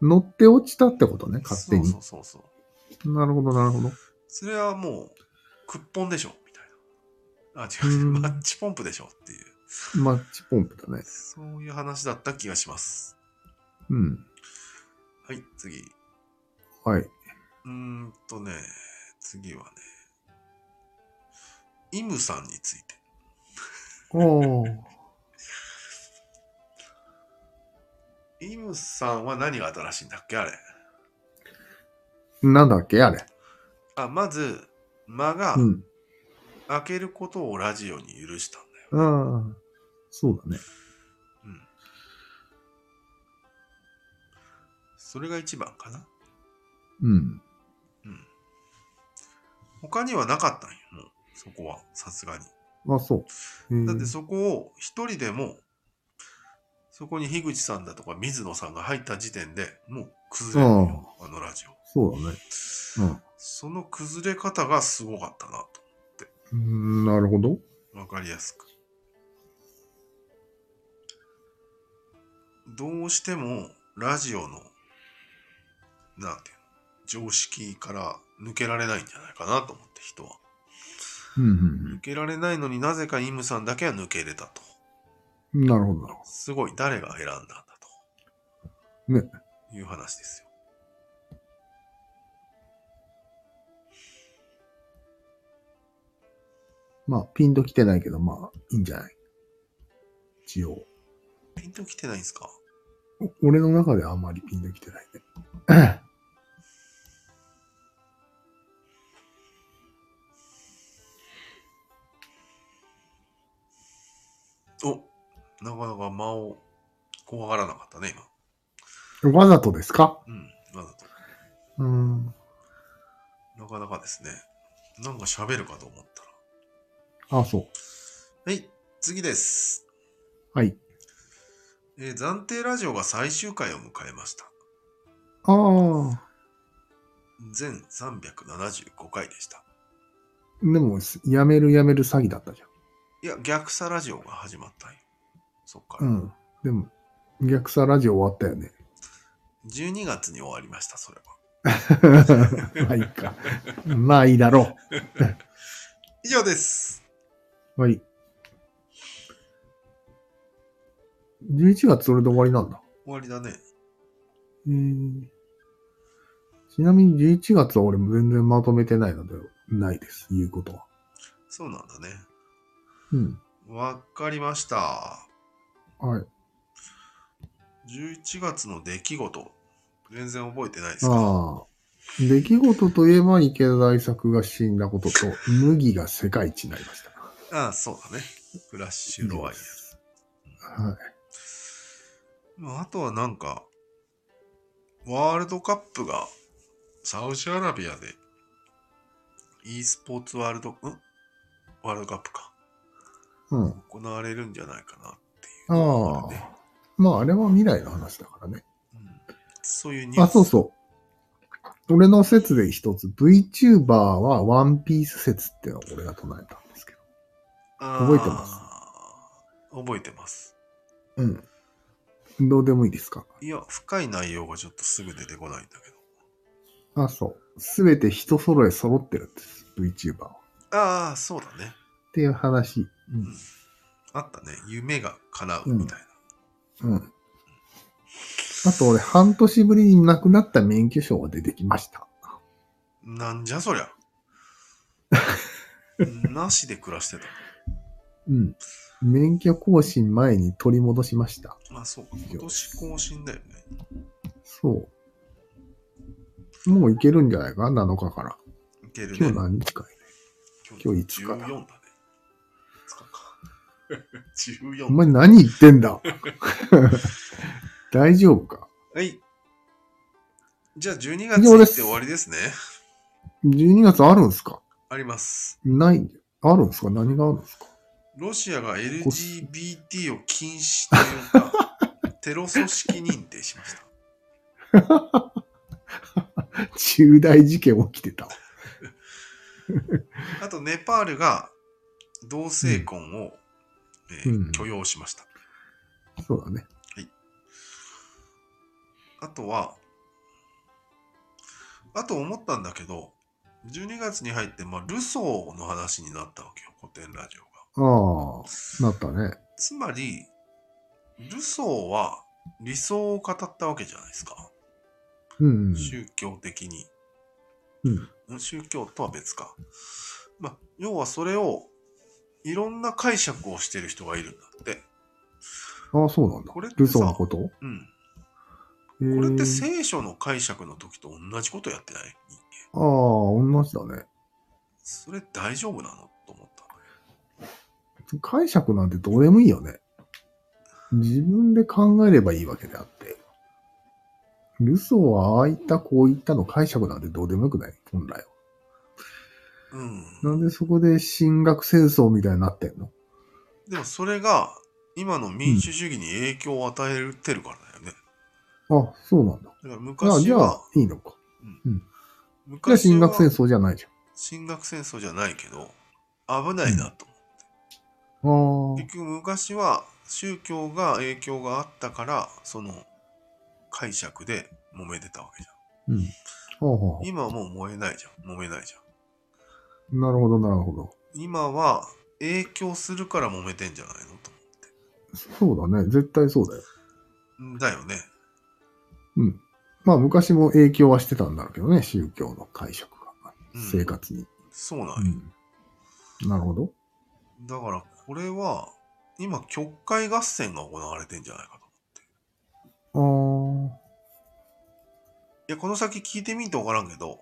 ん。
乗って落ちたってことね、勝手に。
そうそうそうそう。
なるほど、なるほど。
それはもう、クッポンでしょ、みたいな。あ、違う、
うん
マッチポンプでしょっていう、
マッチポンプだね。
そういう話だった気がします。
うん。
はい、次。
はい。
うーんとね、次はね、イムさんについて。
おお。
イムさんは何が新しいんだっけあれ。
なんだっけ、あれ。
あ、まず、間が
うん。
開けることをラジオに許したんだよ。
ああ、そうだね。
うん。それが一番かな。
うん。
うん。他にはなかったんよ、もう。そこは、さすがに。
あ、そう。へえ
だってそこを一人でも、そこに樋口さんだとか水野さんが入った時点でもう崩れるよ、あのラジオ。
そうだね。
その崩れ方がすごかったな
うん。うんなるほど。
と。わかりやすく。どうしてもラジオの、なんていうの、常識から抜けられないんじゃないかなと思って人は。
うん
抜けられないのになぜかイムさんだけは抜けれたと。
うんうん。なるほど、なるほ
すごい、誰が選んだんだと。
ね。
いう話ですよ。
ど。まあ、ピンと来てないけど、まあ、いいんじゃない一応。
ピンときてないんですか
お俺の中ではあまりピンと来てないね。
おなかなか間を怖がらなかったね、今。
わざとですか
うん、わざと。
うん。
なかなかですね。なんか喋るかと思ったら。
あ、そ
はい、次です。
う。はい。
えー暫定ラジオが最終回を迎えました。
ああ。
全375回でした。
でも、やめるやめる詐欺だったじ
いや、逆さラジオが始まったんよ。そっか
ゃ
ら。
ん。うん。でも、逆さラジオ終わった よね。
12月に終わりました、それは。
まあいいか。まあいいだろ
以上です。
う。はい。11月それで終わりなんだ。
終わりだね。
えーちなみに11月は俺も全然まとめてないので、ないです。言うことは。
そうなんだね。
うん。
わかりました。
はい。
11月の出来事、全然覚えてないですか
ああ。出来事といえば池田大作が死んだことと、麦が世界一になりました。
ああ、そうだね。フラッシュロワイ
はい。
ヤル。まああとはなんか、ワールドカップがサウジアラビアで e スポーツワールド、んワールドカップか。
うん。
行われるんじゃないかなっていうのが
あ
あるね。
あ。まああれは未来の話だからね。
うんそういうニュース。
あ、そうそう。俺の説で一つ、VTuber はワンピース説っていうのを俺が唱えたんですけど。覚えてます
す。覚えてます。
うん。どうでもいいですか
いや、深い内容がちょっとすぐ出てこないんだけど。
あ、そう。すべて人揃え揃ってるんです。VTuber は。
ああ、そうだね。
っていう話。
あったね。夢が叶うみたいな。
うん。うん。あと俺、半年ぶりに亡くなった免許証が出てきました。
なんじゃそ りゃ。なしで暮らしてた。
うん。免許更新前に取り戻しました。
まあそうか。今年更新だよね。
そう。もういけるんじゃないか ?7 日から。
いけるね。
今日何日かい今日
14
5
だ
日
ね。5日か。
お
14。
前何言ってんだ 大丈夫か
はい。じゃあ12月
以上
行
で
っ
す
て終わりですね。
?12 月あるんすか
あります。
ないんだよあるんすか何があるんすか
ロシアが LGBT を禁止というか、 テロ組織認定しました。
重大事件起きてた。
あと、ネパールが同性婚を、えー
うん
許容しました。
そうだね。
あとは、あと思ったんだけど、12月に入って、まあ、ルソーの話になったわけよ、古典ラジオが。
ああ、なったね。
つまり、ルソーは理想を語ったわけじゃないですか。
うん。
宗教的に。
うん。
宗教とは別か。まあ、要はそれを、いろんな解釈をしてる人がいるんだって。
ああ、そうなんだ
これっ。てさ
ルソーのことこ
うん。こ
れ
れって聖書の解釈の時と同じことやってない人間
ああ、同じだね。
それ大丈夫なのと思ったんだ
解釈なんてどうでもいいよね。自分で考えればいいわけであって。ルソーはああいったこういったの解釈なんてどうでもよくない本来は。
けど。う
なんでそこで進学戦争みたいになってんの
ん。でもそれが、今の民主主義に影響を与えてるからだよね。
あ、そうなん
だ
だ。
から
あ
昔
じゃ
は
あ、、いいのか。じゃあ
昔は
進学戦争じゃないじ
進学戦争じゃないけど、危ないなと思う。
ゃん。ああ。
結局昔は宗教が影響があったから、その解釈で揉めてたわけじゃん。
うん。ほうほ
今はもう燃えないじゃん。揉めないじゃん。
う。なるほど、なるほど。
今は影響するから揉めてんじゃないのと
そうだね。絶対そうだよ。
んだよね。
うん。まあ、昔も影響はしてたんだろうけどね、宗教の解釈が。
うん
生活に。
そうなんよ
うんなるほど。
だからこれは今曲解合戦が行われてんじゃないかと思って
あー
いやこの先聞いてみんと分からんけど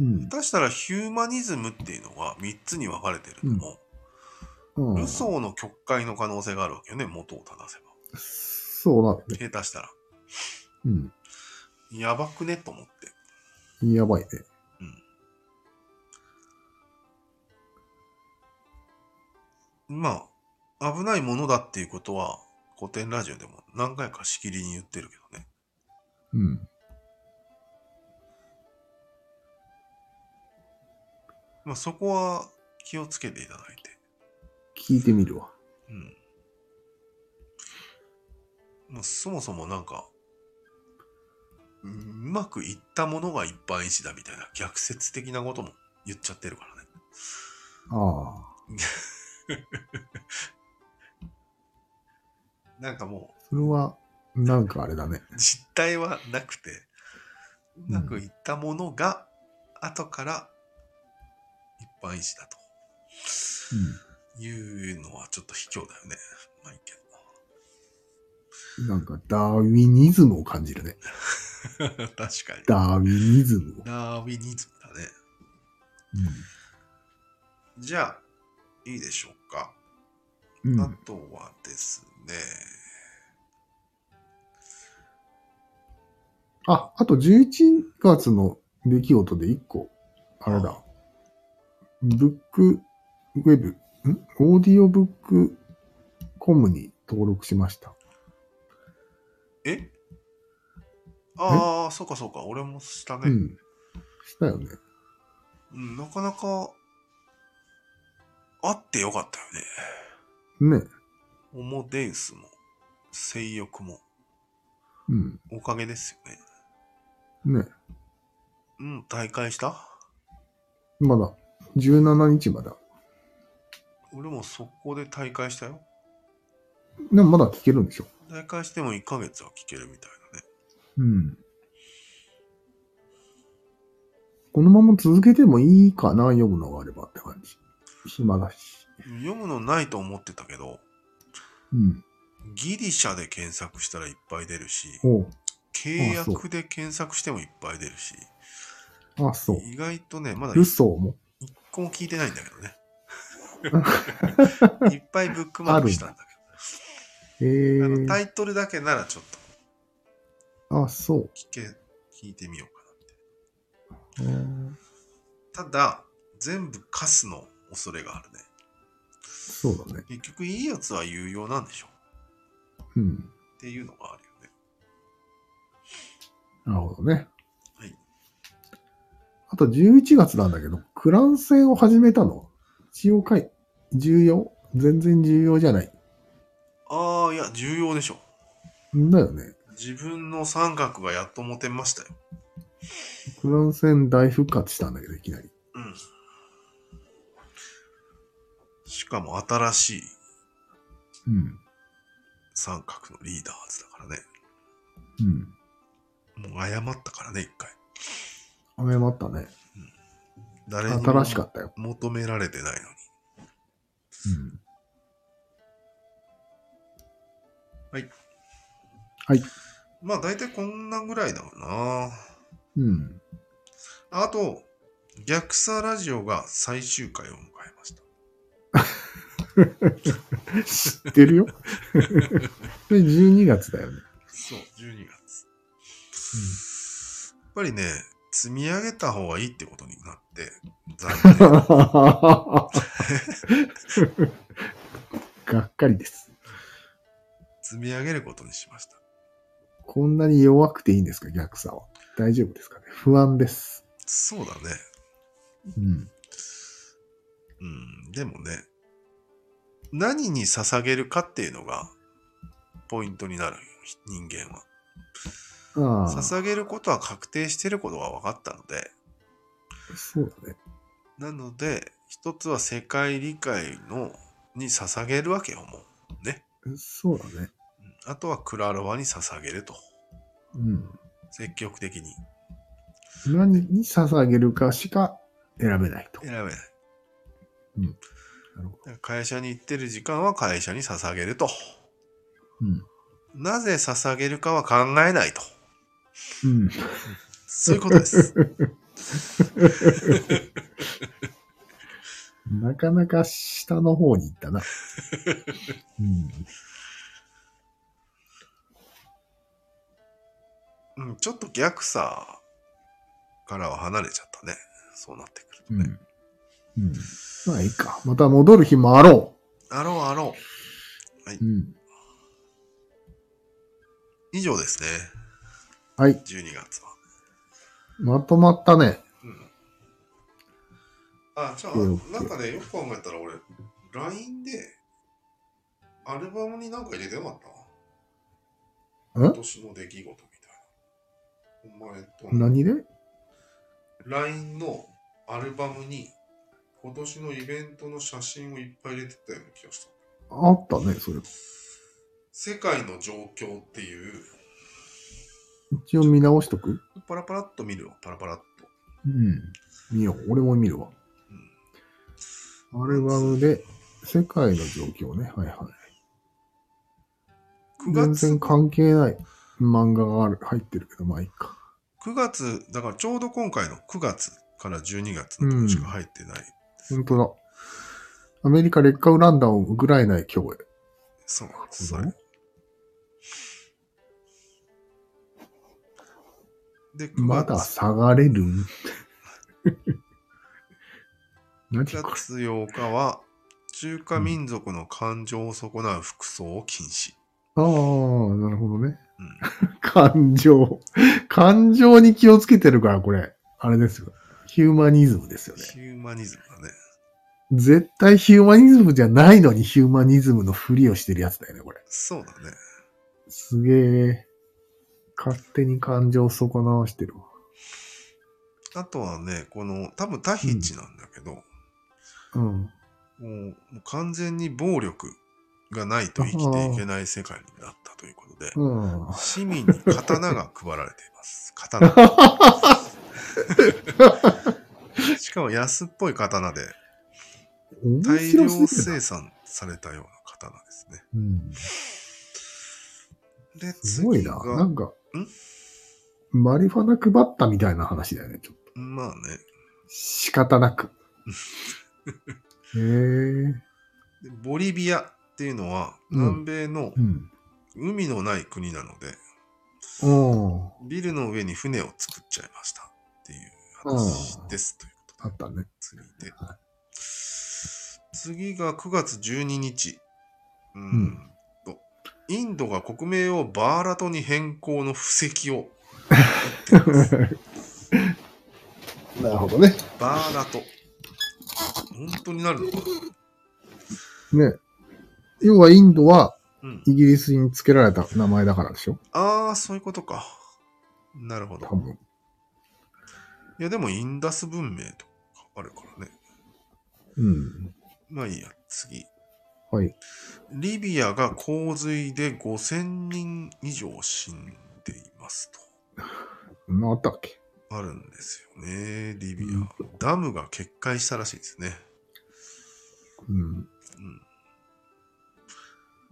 うん。
下手したらヒューマニズムっていうのが3つに分かれてるのも、
うん
ルソーの曲解の可能性があるわけよね元を正せば
そうだね。
下手したら
うん。
やばくねと思って
やばいね。
まあ危ないものだっていうことは古典ラジオでも何回かしきりに言ってるけどね
うん。
まあそこは気をつけていただいて
聞いてみるわ。
うん。もうそもそもなんか、うんうまくいったものが一般一だみたいな逆説的なことも言っちゃってるからね。
ああ。
なんかも
それは、なんかあれだね。
う実態はなくて、うまくいったものが後から一般一だというのはちょっと卑怯だよね。まあいいけど。
うん。なんか、ダーウィニズムを感じるね。
確かに。
ダーウィニズムを。
ダーウィニズムだね。じゃあ、いいでしょうか。
うん。う
あ
ん、
とはですね、
あ、あと11月の出来事で1個、あれだ。ブックウェブ、んオーディオブックコムに登録しました。
えああ、そうかそうか、俺もした
う
ね。
ん。したよね。
うん、なかなか、あってよかったよね。
ね。
オモデウスも、性欲も、
うん。
おかげですよね。
ね。
うん、大会した
まだ、17日まである。
俺も速攻で大会したよ。
でもまだ聞けるんでしょ。
大会しても1ヶ月は聞けるみたいなね。
うん。このまま続けてもいいかな、読むのがあればって感じ。暇だし。
読むのないと思ってたけど、
うん。
ギリシャで検索したらいっぱい出るし、
おう
契
あそう
約で検索してもいっぱい出るし、
あ、そう。
意外とね、まだ
ルソーも。
一個も聞いてないんだけ どね。いっぱいブックマークしたんだ
え
けど、あの
ー、
タイトルだけならちょっと
あ、そう。
聞け、聞いてみようか
えー
な。ただ、全部カスの恐れがあるね。
そうだね。
結局いいやつは有用なんでしょ
うん。
っていうのがあるよね。
なるほどね。
はい。
あと11月なんだけど、クラン戦を始めたの。一応かい。重要全然重要じゃない。
ああ、いや、重要でしょ。
んだよね。
自分の三角がやっと持てましたよ。
クラン戦大復活したんだけど、いきなり。
うん。しかも新しい
うん。
三角のリーダーズだからね。
うん。
もう謝ったからね、一回。
謝ったね。
誰にも
新しかったよ。
求められてないのに。
うん。
はい。
はい。
まあ大体こんなぐらいだろうな。
うん。
あと、逆さラジオが最終回を迎えました。
知って るよ。それ12月だよね。
そう、12月。やっぱりね、積み上げた方がいいってことになって、 残念
がっかりです。
積み上げることにしました。
こんなに弱くていいんですか、逆さは。大丈夫ですかね。不安です。
そうだね。
うん。
うん、でもね、何に捧げるかっていうのが、ポイントになるよ人間は。
ああ、
捧げることは確定してることが分かったので、
そうだね。
なので、一つは世界理解のに捧げるわけよ、もう。ね。
そうだね。
うんあとはクラロワに捧げると。
うん。
積極的に
何に捧げるかしか選べないと。
選べない。
なるほど。
だから会社に行ってる時間は会社に捧げると。
うん。
なぜ捧げるかは考えないと。
うん。
そういうこと です。
なかなか下の方に行ったな。うん。
うん、ちょっと逆さからは離れちゃったね。そうなってくると
う
ね。
ん。うん。まあいいか。また戻る日もあろ
あろうあろう。
う。うん。
以上ですね。
はい。
12月は。
まとまったね。
うん。あ、じゃあ、
OK
なんかね、よく考えたら俺、LINE で、アルバムになんか入れてなかった
ん
今年の出来事みたいな。お前との
何で
LINE のアルバムに今年のイベントの写真をいっぱい入れてたような気がした。
あったね、それ。
世界の状況っていう、
一応見直しとく
パラパラっと見るよ、パラパラっと。
うん。見よう。俺も見るわ。アルバムで、世界の状況ね。はいはい。
9
全
月、
然関係ない漫画がある入ってるけど、まあいいか。
9月、だからちょうど今回の9月から12月のとこしか入ってない。
本当だ。アメリカ劣化ウランダをウクライナへ供与。
そうなんです。
な
そ
るほ
れ
ど
で、9
ま
月、
だ下 がれる何
9
こ
月8日は、中華民族の感情を損なう服装を禁止。
れああ、なるほどね。
うん
感情。感情に気をつけてるから、これ。あれですよ。ヒューマニズムですよね。
ヒューマニズムだね。
絶対ヒューマニズムじゃないのにヒューマニズムのふりをしてるやつだよね、これ。
そうだね。
すげえ。勝手に感情を損なわしてるわ。
あとはね、この、多分タヒチなんだけど、
うん。
もうもう完全に暴力がないと生きていけない世界になったということで、
うん。
市民に刀が配られてい ます。刀。しかも安っぽい刀で、
面
大
白
量
すぎる
生産されたような刀ですね。
な。うん。
で、
すごいな。
次が
なんか、マリファナ配ったみたいな話だよね、ちょっと。
まあね、
仕方な く。へえ。
でボリビアっていうのは
うん
南米の
うん。
海のない国なので、
うん。
ビルの上に船を作っちゃいましたっていう話ですということで
あったね。
次で。次が9月12日。うーんと、インドが国名をバーラトに変更の布石を。
なるほどね。
バーラト。本当になるのかな
ね。要はインドは
うん。
イギリスに付けられた名前だからでしょ
ああ、そういうことか。なるほど
多。分。
いや、でもインダス文明とかあるからね。
うん。
まあいいや、次。
はい。
リビアが洪水で5000人以上死んでいますと。
なあったっけ
あるんですよね、リビア。
うん
ダムが決壊したらしいですね。
う
う
ん。
ん。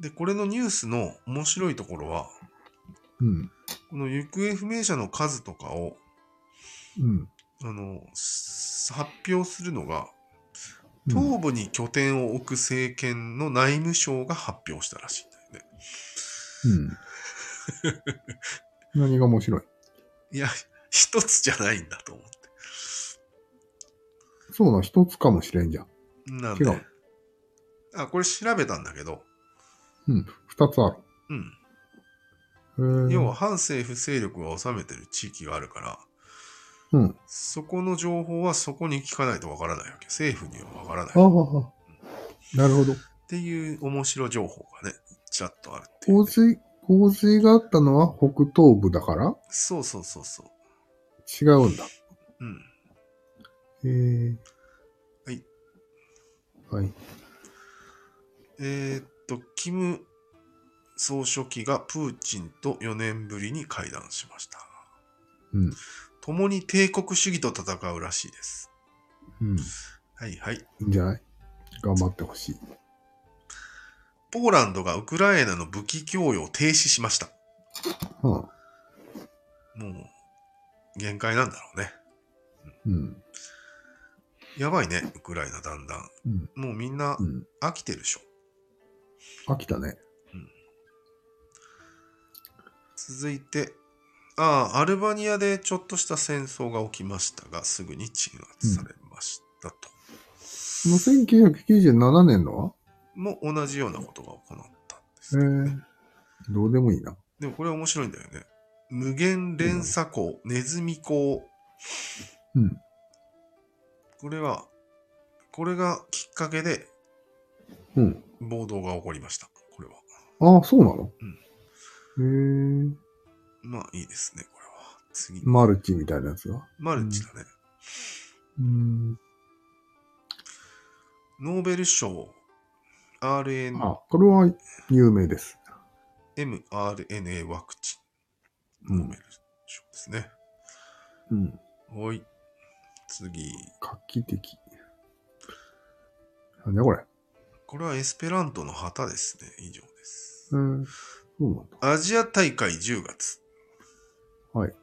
で、これのニュースの面白いところは、
うん。
この行方不明者の数とかを、
うん。
あの、s- 発表するのが、 東部に拠点を置く政権の内務省が発表したらしいんだよね。
うん。何が面白い
いや、一つじゃないんだと思って。
そうな、一つかもしれんじゃん。
なん
違う
で、あ、これ調べたんだけど、
うん。二つあ
うん。
る。へえ
要は、反政府勢力が治めてる地域があるから、
うん。
そこの情報はそこに聞かないとわからないわけ。政府にはわからない。
ああ
っ
なるほど。
ていう面白情報がね、ちらっとあるっていう
洪
ね、
水、洪水があったのは北東部だから
そうそうそうそう。
違うんだ。
うん。
えー、
はい。
はい。
えーっと、キム総書記がプーチンと4年ぶりに会談しました。
うん。
共に帝国主義と戦うらしいです。
うん。い
はいはい。
いんじゃない頑張ってほしい。
ポーランドがウクライナの武器供与を停止しました。
はあ、
もう、限界なんだろうね。
うん。
やばいね、ウクライナだんだん。
うん。
もうみんな
うん。
飽きてるでしょ。
飽きたね。
続いて、ああ、アルバニアでちょっとした戦争が起きましたが、すぐに鎮圧されましたと。
この1997年のは
もう同じようなことが行ったんです
え
ね、
ー、どうでもいいな。
でもこれ面白いんだよね。無限連鎖港、ネズミ港。
うん。
これは、これがきっかけで
うん。
暴動が起こりました。これは。
ああ、そうなのうん。へえ。
まあいいですね、これは。次。
マルチみたいなやつが。
マルチだね。
うん。
ノーベル賞、
あ、これは有名です。
mRNA ワクチ
う
ン。ノー
ん
ベ。ル賞ですね。
うん。
はい。次。
画期的。なんだこれ。
これはエスペラントの旗ですね。以上です。
うん。そうなんだ。
アジア大会10月。
はい。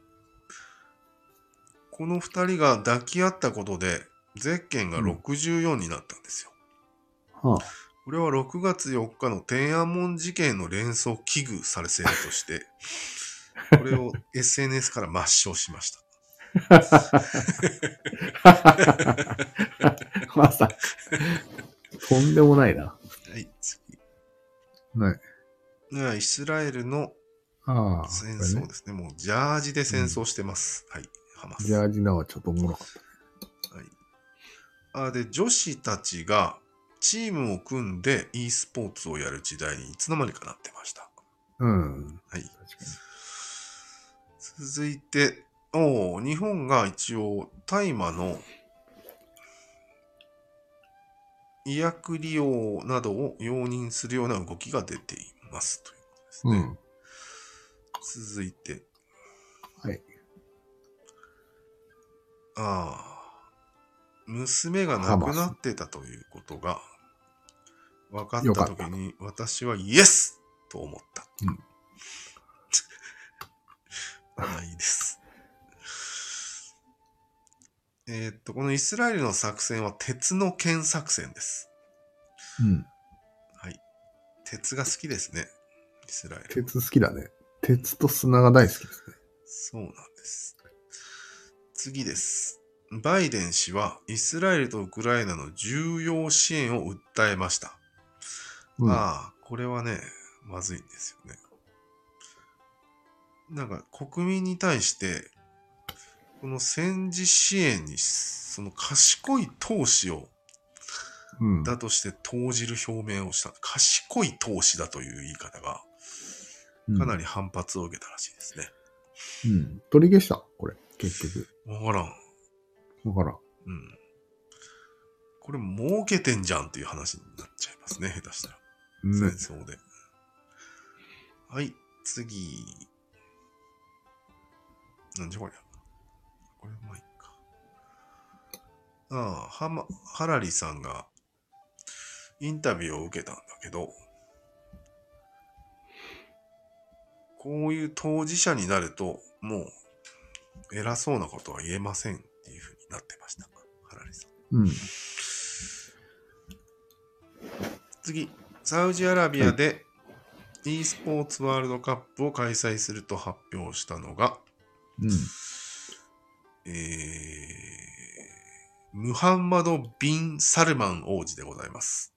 この2人が抱き合ったことで、ゼッケンが
うん
64になったんですよ。
はあ。
これは6月4日の天安門事件の連想を危惧されせると して、これを SNS から抹消しました。
まさ、とんでもないな。
はい、次。
ない。
ねイスラエルの
ああ、
戦
これ
争
ね。
ですね。もうジャージで戦争してます。はい、ハマス。
ジャージナはちょっとおもろかっ
はい、あで女子たちがチームを組んで e スポーツをやる時代にいつの間にかなってました。
た。うん。
はい、
確かに。
続いておう日本が一応大麻の医薬利用などを容認するような動きが出ていますということです
う
ね。
ん。
続いて。
はい。
ああ。娘が亡くなってたということが分かった時に私はイエスと思った。
うん
まあいいです。えーっと、このイスラエルの作戦は鉄の剣作戦です。
うん。
はい。鉄が好きですね。イスラエル。
鉄好きだね。鉄と砂が大好きですね。
そうなんです。次です。バイデン氏はイスラエルとウクライナの重要支援を訴えました。
うん。
ああ、これはね、まずいんですよね。なんか国民に対して、この戦時支援に、その賢い投資を、
うん。
だとして投じる表明をした。賢い投資だという言い方が、かな
り。
り反発を受けたらしいですね。
うん。取り消した、これ。結局。
わからん。
だからん。
うん。これ儲けてんじゃんっていう話になっちゃいますね、下手したら。
ね。
戦争で。はい、次。なんじゃこりゃ。これまあいいか。ああ、はま、ハラリさんがインタビューを受けたんだけど、こういう当事者になると、もう偉そうなことは言えませんっていうふうになってました。ハラリさん。
うん。
次、サウジアラビアで e スポーツワールドカップを開催すると発表したのが、
う
え
ん。
ー、ムハンマド・ビン・サルマン王子でございます。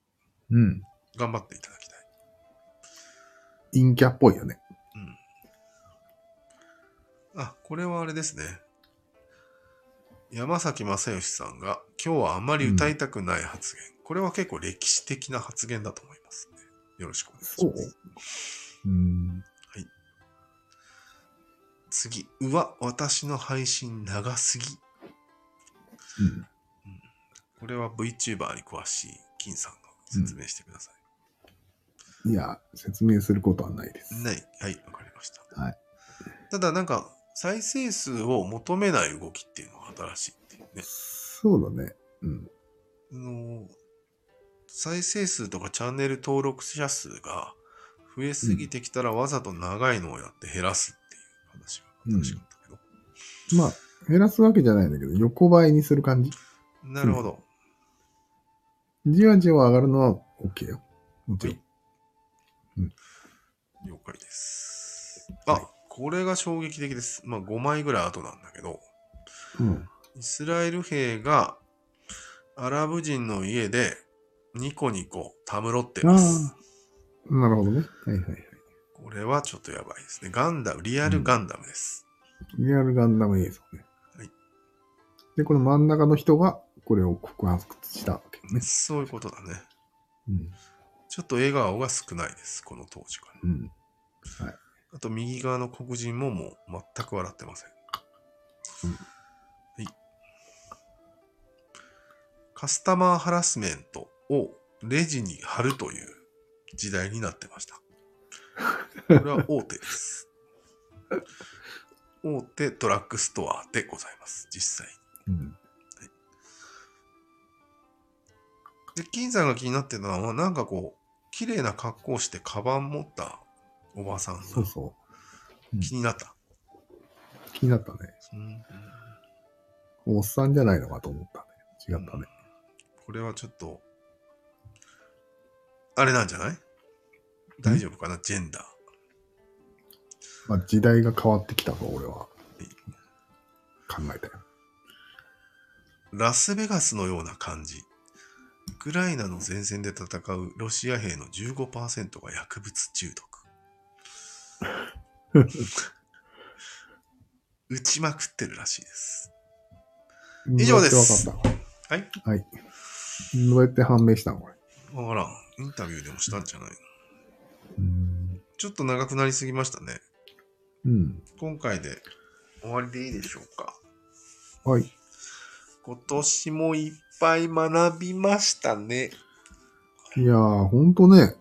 うん。
頑張っていただきたい。
陰キャっぽいよね。
あ、これはあれですね。山崎正義さんが今日はあんまり歌いたくない発言。これは結構歴史的な発言だと思いますね。よろしくお願いします。
ううん。
はい。次、うわ、私の配信長すぎ。
うん
これは VTuber に詳しい金さんが説明してください。
いや、説明することはないです。
ない。はい、わかりました。
はい
ただ、なんか、再生数を求めない動きっていうのが新しいっていうね。
そうだね。うん。
あの再生数とかチャンネル登録者数が増えすぎてきたらわざと長いのをやって減らすっていう話が新しかったけど。
まあ、減らすわけじゃないんだけど、横ばいにする感じ。
なるほど。
じわじわ上がるのは OK よ。もちろん。
了解です。あ、これが衝撃的です。まあ5枚ぐらい後なんだけど、
うん。
イスラエル兵がアラブ人の家でニコニコたむろってます
あ。あ。なるほどね。はいはいはい。
これはちょっとやばいですね。ガンダム、リアルガンダムです。
リアルガンダム映像ね。
はい。
で、この真ん中の人がこれを告白したわけね。
そういうことだね。
うん。
ちょっと笑顔が少ないです、この当時から。
うん。
あと右側の黒人ももう全く笑ってません。
うん
はい。カスタマーハラスメントをレジに貼るという時代になってました。これは大手 です。大手ドラッグストアでございます、実際に。
うん。
で、金さんが気になってたのは、なんかこう、綺麗な格好をしてカバン持ったおばさんが
そうそ
気になった。
う。気になったね。
うん
おっさんじゃないのかと思ったね。違ったね。
これはちょっと、あれなんじゃない大丈夫かなジェンダー。
まあ、時代が変わってきたと俺は考えたよ。
ラスベガスのような感じ。ウクライナの前線で戦うロシア兵の15%が薬物中毒。打ちまくってるらしいです。以上です
どうやって分かっ
はい
たのはい。どうやって判明したのこれ。
わからん。インタビューでもしたんじゃないの
うん。
ちょっと長くなりすぎましたね。
うん。
今回で終わりでいいでしょうか
はい。
今年もいっぱい学びましたね。
いやー、ほんとね。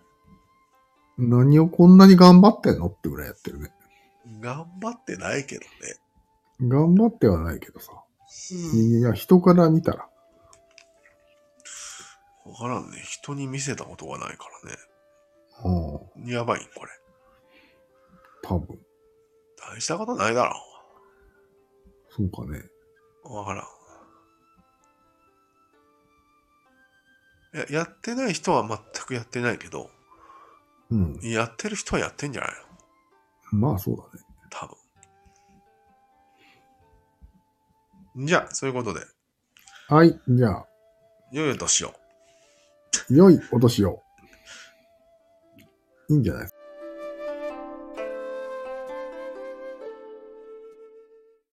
何をこんなに頑張ってんのってぐらいやってるね。
頑張ってないけどね。
頑張ってはないけどさ。いや、人から見たら。
わからんね。人に見せたことがないか
ああ、
らね。やばい、これ。
多分。
大したことないだろ
そうかね。
う。わからん。ややってない人は全くやってないけど、
うん。
やってる人はやってんじゃないの
まあ、そうだね。
多分。じゃあ、そういうことで、
はい。じゃあ、
良いお年を。
良いお年を。いいんじゃないですか